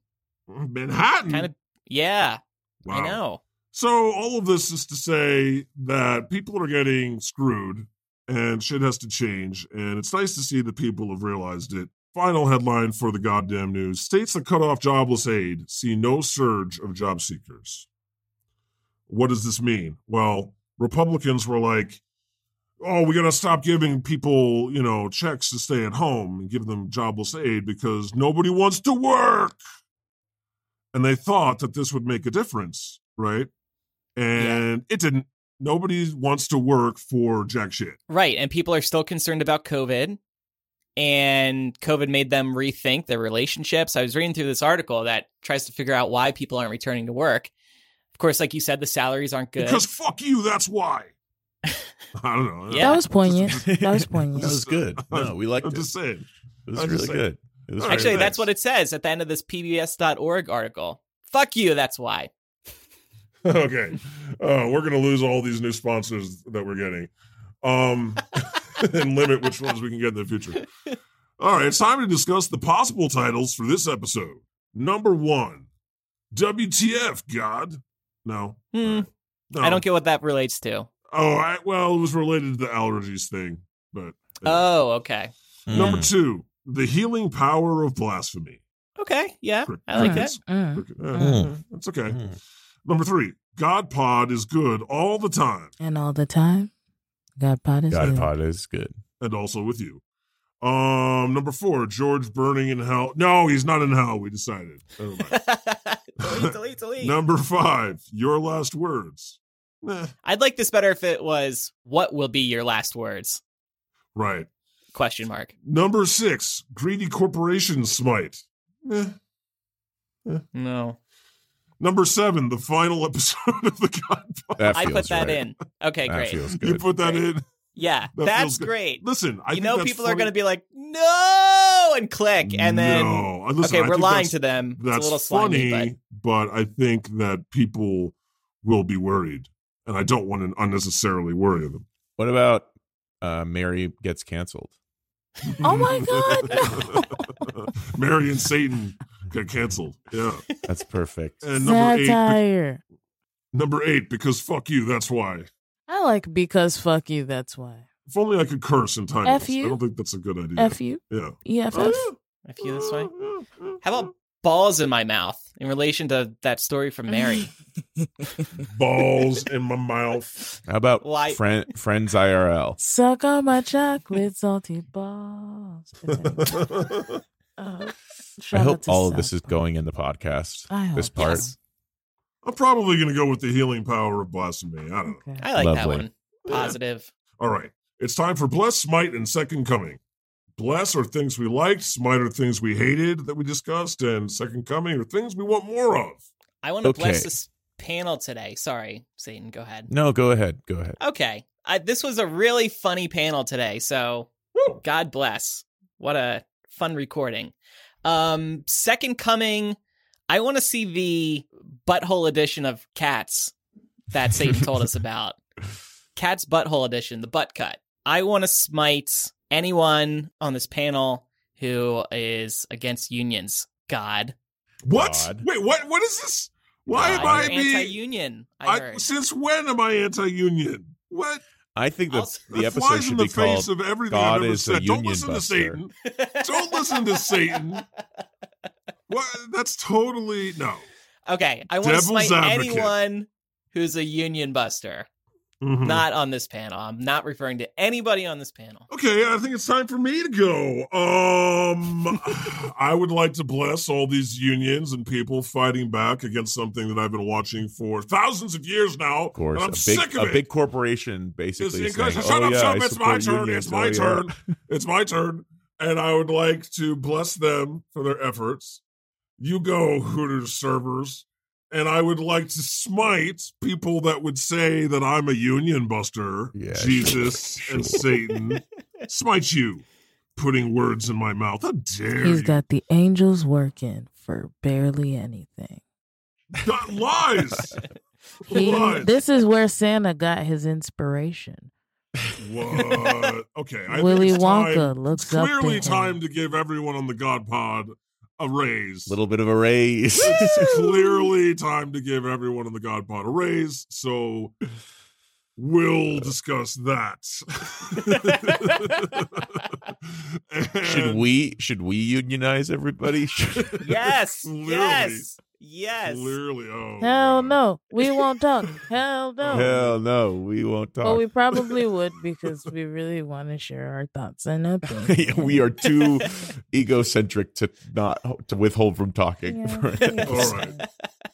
S3: Mm, Manhattan.
S1: Kind of. Yeah,
S3: Hmm. wow.
S1: I know.
S3: So, all of this is to say that people are getting screwed and shit has to change. And it's nice to see that people have realized it. Final headline for the goddamn news States that cut off jobless aid see no surge of job seekers. What does this mean? Well, Republicans were like, oh, we got to stop giving people, you know, checks to stay at home and give them jobless aid because nobody wants to work. And they thought that this would make a difference, right? And it didn't. Nobody wants to work for jack shit.
S1: Right, and people are still concerned about COVID, and COVID made them rethink their relationships. I was reading through this article that tries to figure out why people aren't returning to work. Of course, like you said, the salaries aren't good.
S3: Because fuck you, that's why. *laughs* I don't know.
S1: Yeah.
S2: That was poignant. That was poignant.
S5: That was good. No, we liked
S3: I'm
S5: it.
S3: just saying.
S5: it was
S3: I'm
S5: really
S3: just saying.
S5: good. It was
S3: All right,
S1: Actually, that's
S5: what
S1: what
S5: it.
S1: it says at the end of this PBS.org article. Fuck you, that's why.
S3: *laughs* okay. Uh, we're gonna lose all these new sponsors that we're getting. Um *laughs* and limit which ones we can get in the future. All right, it's time to discuss the possible titles for this episode. Number one, WTF God. No.
S1: Hmm,
S3: no.
S1: I don't get what that relates to.
S3: Oh, I, well, it was related to the allergies thing, but
S1: Oh, okay. Hmm.
S3: number two, the healing power of blasphemy.
S1: Okay, yeah.
S3: Crick-
S1: I like that.
S3: crickets.
S2: Mm,
S3: Cricket- eh, eh, That's
S5: Mm.
S3: okay. Number three, God Pod is good all the time
S2: And all the time, God pot is
S5: God
S2: good.
S5: pod is good.
S3: and also with you. Um, number four, George burning in hell. No, he's not in hell. We decided. Never
S1: *laughs*
S3: mind.
S1: delete, delete,
S3: *laughs*
S1: delete.
S3: number five, your last words. Eh,
S1: I'd like this better if it was what will be your last words?
S3: right.
S1: Question mark.
S3: Number six, greedy corporation smite. Eh.
S1: No.
S3: Number seven, the final episode *laughs* of the God Pod.
S5: That
S1: I put
S5: feels
S1: that
S5: right.
S1: in. Okay,
S5: *laughs* That
S1: great.
S5: feels
S3: You
S5: good.
S3: put that in.
S1: Yeah,
S3: That feels
S1: that's
S3: good.
S1: great.
S3: Listen, I
S1: you
S3: think
S1: know,
S3: that's
S1: people are
S3: funny.
S1: going to be like, no, and click. And then,
S3: no. Uh, listen,
S1: okay,
S3: I
S1: we're
S3: think
S1: lying
S3: that's-
S1: to them. It's
S3: That's
S1: a little
S3: funny,
S1: slimy, but
S3: but... I think that people will be worried, and I don't want to unnecessarily worry them.
S5: What about uh, Mary gets canceled?
S2: Oh
S3: *laughs*
S2: my God,
S3: Mary and Satan got canceled. Yeah,
S5: That's
S3: *laughs*
S5: perfect.
S3: and number eight,
S2: Satire.
S3: number eight, because fuck you. That's why.
S2: I like because fuck you. That's why.
S3: If only I could curse in time.
S2: F
S3: I
S2: you.
S3: don't think that's a good idea.
S2: F you.
S3: yeah. Ah.
S2: EFF.
S1: I feel this
S3: *laughs*
S1: way. How about balls in my mouth in relation to that story from
S3: *laughs*
S1: Mary?
S3: balls in my mouth? *laughs*
S5: How about
S1: Like-
S5: friend, friends IRL?
S2: Suck on my chocolate salty balls.
S5: *laughs*
S2: Uh, shout
S5: I
S2: out
S5: hope
S2: to Uh,
S5: all of this
S2: South
S5: is
S2: Park.
S5: going in the podcast.
S2: I hope
S5: This part.
S2: so.
S3: I'm probably going to go with the healing power of blasphemy. I don't know.
S2: Okay.
S1: I like that
S5: Lovely.
S1: one. Positive.
S3: All right. It's time for Bless, Smite, and Second Coming. Bless are things we liked, Smite are things we hated that we discussed, and Second Coming are things we want more of.
S1: I want to bless
S5: Okay.
S1: this panel today. Sorry, Satan, go ahead.
S5: No, go ahead. Go ahead.
S1: Okay. I, this was a really funny panel today. So, God bless. What a fun recording. Um, Second Coming. I want to see the butthole edition of Cats that Satan told
S3: *laughs*
S1: us about. Cat's butthole edition, the butt cut. I want to smite anyone on this panel who is against unions. God,
S3: What?
S7: God.
S3: Wait, what? What is this? Why
S1: God,
S3: am I
S1: you're
S3: being?
S1: anti-union? I,
S3: I,
S1: heard. *laughs*
S3: since when am I anti-union? What?
S5: I think that
S1: Also-
S5: the
S3: that
S5: episode
S3: flies
S5: should
S3: in
S5: be
S3: the
S5: called
S3: face of everything
S5: God
S3: I've ever
S5: is a
S3: said. Don't
S5: Union
S3: listen
S5: Buster.
S3: to Satan. Don't listen to Satan. What? That's totally no.
S1: Okay, I want to
S3: Devil's
S1: smite
S3: advocate.
S1: anyone who's a union buster.
S3: Mhm.
S1: Not on this panel. I'm not referring to anybody on this
S3: *laughs*
S1: panel.
S3: Okay, I think it's time for me to go. Um, *laughs* I would like to bless all these unions and people fighting back against something that I've been watching for thousands of years now.
S5: Of course,
S3: and I'm
S5: a big,
S3: sick of
S5: a
S3: it.
S5: big corporation basically.
S3: It's-
S5: saying,
S3: shut
S5: oh,
S3: up,
S5: yeah,
S3: shut up.
S5: I
S3: It's my
S5: support
S3: turn.
S5: unions.
S3: It's
S5: Oh,
S3: my
S5: yeah.
S3: turn.
S5: *laughs*
S3: It's my turn. And I would like to bless them for their efforts. You go, Hooters servers. And I would like to smite people that would say that I'm a union buster,
S5: Yeah,
S3: Jesus
S5: sure,
S3: and
S5: sure. *laughs*
S3: Satan. smite you, putting words in my mouth. How dare
S2: He's
S3: you? *laughs*
S2: got the angels working for barely anything.
S3: Got lies.
S2: *laughs* He,
S3: lies.
S2: this is where Santa got his inspiration.
S3: what? Okay. I think
S2: Willy
S3: it's time-
S2: Wonka looks
S3: It's
S2: up to
S3: clearly
S2: him.
S3: time to give everyone on the God Pod a raise.
S5: Little bit of a raise.
S3: it's *laughs* clearly time to give everyone on the God Pod a raise. So we'll discuss that. *laughs* And-
S5: should we should we unionize
S3: *laughs*
S5: everybody?
S1: Yes.
S3: Clearly.
S1: yes. Yes.
S3: Clearly, oh
S2: Hell
S3: man.
S2: no, we won't talk. Hell
S3: *laughs*
S2: no.
S5: Hell no, we won't talk.
S2: But we probably would because we really want to share our thoughts and
S5: *laughs*
S3: *laughs*
S2: opinions.
S5: we are too egocentric to not to withhold from talking. *laughs*
S2: Yeah, yeah.
S3: All right.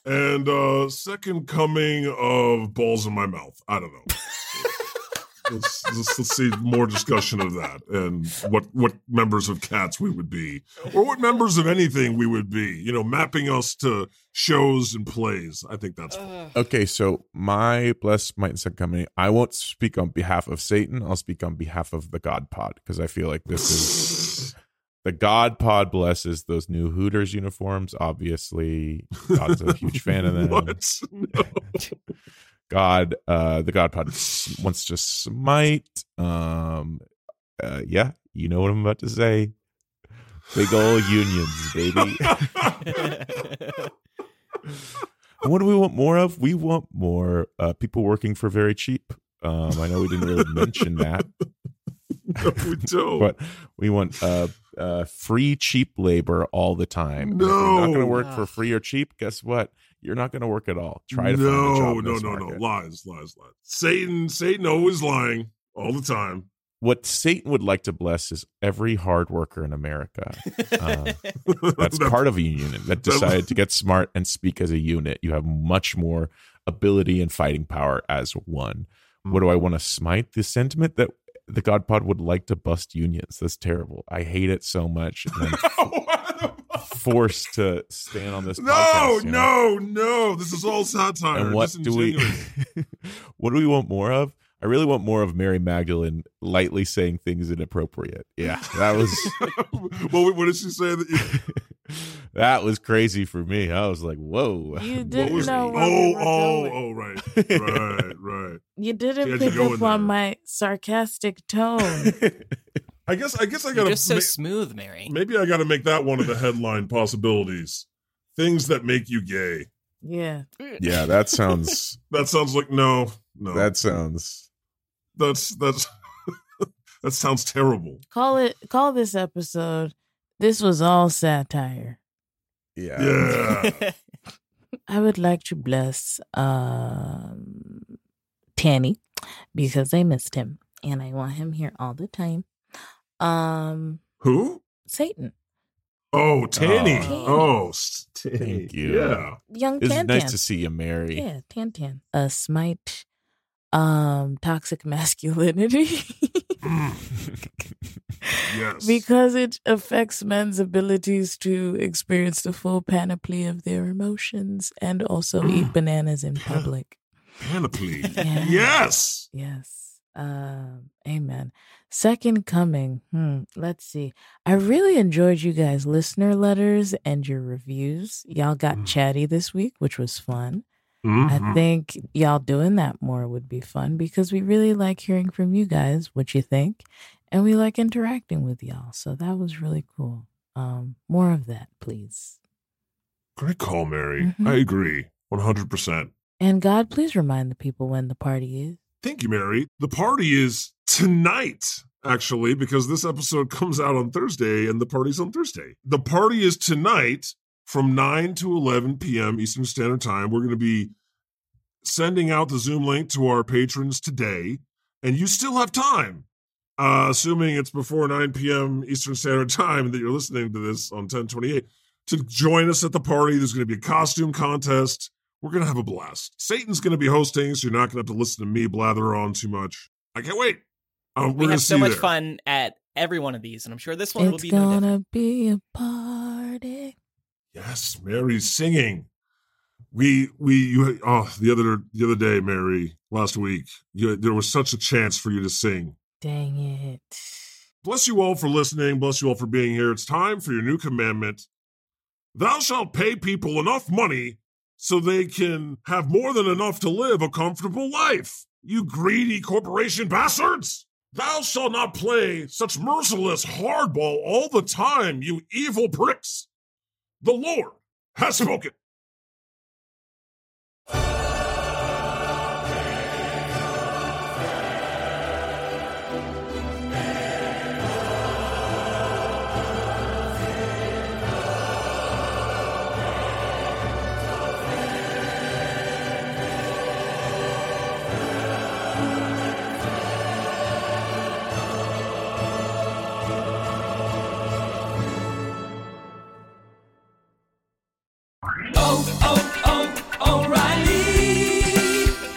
S3: And uh second coming of balls in my mouth. I don't know.
S5: *laughs*
S3: let's, let's let's see more discussion of that and what what members of cats we would be or what members of anything we would be. You know, mapping us to shows and plays. I think that's *laughs*
S1: Ugh. *laughs*
S5: *laughs* Okay, so my blessed might and second company. I won't speak on behalf of Satan. I'll speak on behalf of the God Pod because I feel like this is the God Pod blesses those new Hooters uniforms. Obviously, God's
S3: *laughs*
S5: a huge fan of them.
S3: What? No.
S5: God, uh, the God Pod s- wants to smite. Um, uh, yeah, you know what I'm about to say. Big ol' unions, baby. And what do we want more of? We want more uh, people working for very cheap. Um, I know we didn't
S3: *laughs*
S5: really mention that,
S3: *laughs* No, we don't.
S5: but we want uh, uh, free cheap labor all the time. And if you're not going to
S3: No.
S5: work for free or cheap. Guess what? You're not going to work at all. Try to
S3: no,
S5: find a job. in
S3: no,
S5: this
S3: no, no.
S5: market.
S3: Lies, lies, lies. Satan, Satan always lying all the time.
S5: What Satan would like to bless is every hard worker in
S3: *laughs*
S5: America. Uh, That's part of a union that decided to get smart and speak as a unit. You have much more ability and fighting power as one.
S3: Hmm.
S5: What do I want to smite? The sentiment that the God Pod would like to bust unions. That's terrible. I hate it so much. And
S3: *laughs*
S5: I'm forced to stand on this.
S3: *laughs* no,
S5: podcast, you know?
S3: no, no. This is all satire.
S5: And what do we?
S3: disingenuous.
S5: what do we want more of? I really want more of Mary Magdalene lightly saying things inappropriate. *laughs* Yeah, that was.
S3: *laughs* well, what did she say that you
S5: *laughs* that was crazy for me. I was like, whoa. *laughs*
S2: You
S3: what
S2: didn't
S3: was
S2: know
S3: oh,
S2: what we were
S3: oh,
S2: doing.
S3: oh,
S5: *laughs*
S3: right. Right, right.
S2: You
S3: She
S2: didn't
S3: had you
S2: pick
S3: going
S2: up on
S3: there.
S2: my sarcastic
S3: *laughs*
S2: tone.
S3: I guess I guess I
S1: You're
S3: gotta
S1: just so
S3: ma-
S1: smooth, Mary.
S3: maybe I gotta make that one
S5: *laughs*
S3: of the headline possibilities. Things that make you gay.
S2: yeah.
S5: *laughs*
S3: *laughs*
S5: yeah, that sounds.
S3: That sounds like no, no.
S5: That sounds.
S3: that's that's *laughs* that sounds terrible.
S2: Call it call this episode This was all satire.
S5: Yeah.
S3: Yeah.
S2: I would like to bless um Tanny because I missed him and I want him here all the time. Um
S3: Who?
S2: Satan.
S3: Oh, Tanny.
S2: Oh.
S3: Oh, s- Tanny.
S5: Thank you.
S3: Yeah.
S2: Young
S5: It's
S2: Tan
S5: nice
S2: Tan.
S5: to see you, Mary.
S2: Yeah, Tan Tan. Uh smite um toxic *laughs* masculinity.
S3: Mm,
S5: *laughs*
S3: Yes.
S2: because it affects men's abilities to experience the full panoply of their emotions and
S5: Mm. *laughs*
S2: also eat bananas in public.
S3: Panoply.
S2: Yeah.
S3: Yes.
S2: Yes. Um, amen. Second coming. Hmm, let's see. I really enjoyed you guys' listener letters and your reviews. Y'all got
S3: Mm.
S2: chatty this week, which was fun. I
S3: Mhm.
S1: Mm-hmm.
S2: think y'all doing that more would be fun because we really like hearing from you guys what you think, and we like interacting with y'all. So that was really cool. Um, more of that, please.
S3: Great call, Mary.
S2: Mhm.
S3: I agree. 100%.
S2: And God, please remind the people when the party is.
S3: Thank you, Mary. The party is tonight, actually, because this episode comes out on Thursday and the party's on Thursday. The party is tonight from 9 to 11 p.m. Eastern Standard Time. We're going to be sending out the Zoom link to our patrons today, and you still have time. Uh, assuming it's before 9 p.m. Eastern Standard Time that you're listening to this on 1028, to join us at the party. There's going to be a costume contest we're gonna have a blast. Satan's gonna be hosting, so you're not gonna have to listen to me blather on too much. I can't wait.
S1: *laughs*
S3: Um, we're
S1: we
S3: gonna
S1: have
S3: see
S1: so
S3: you
S1: much
S3: there.
S1: fun at every one of these, and I'm sure this one will
S2: It's
S1: be no different.
S2: gonna be a party.
S3: Yes, Mary's singing. We we you oh the other the other day, Mary, last week, you, there was such a chance for you to sing.
S2: Dang it.
S3: Bless you all for listening. Bless you all for being here. It's time for your new commandment. Thou shalt pay people enough money so they can have more than enough to live a comfortable life. You greedy corporation bastards! Thou shalt not play such merciless hardball all the time, you evil pricks. The Lord has spoken.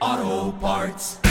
S8: O'Reilly. Auto Parts.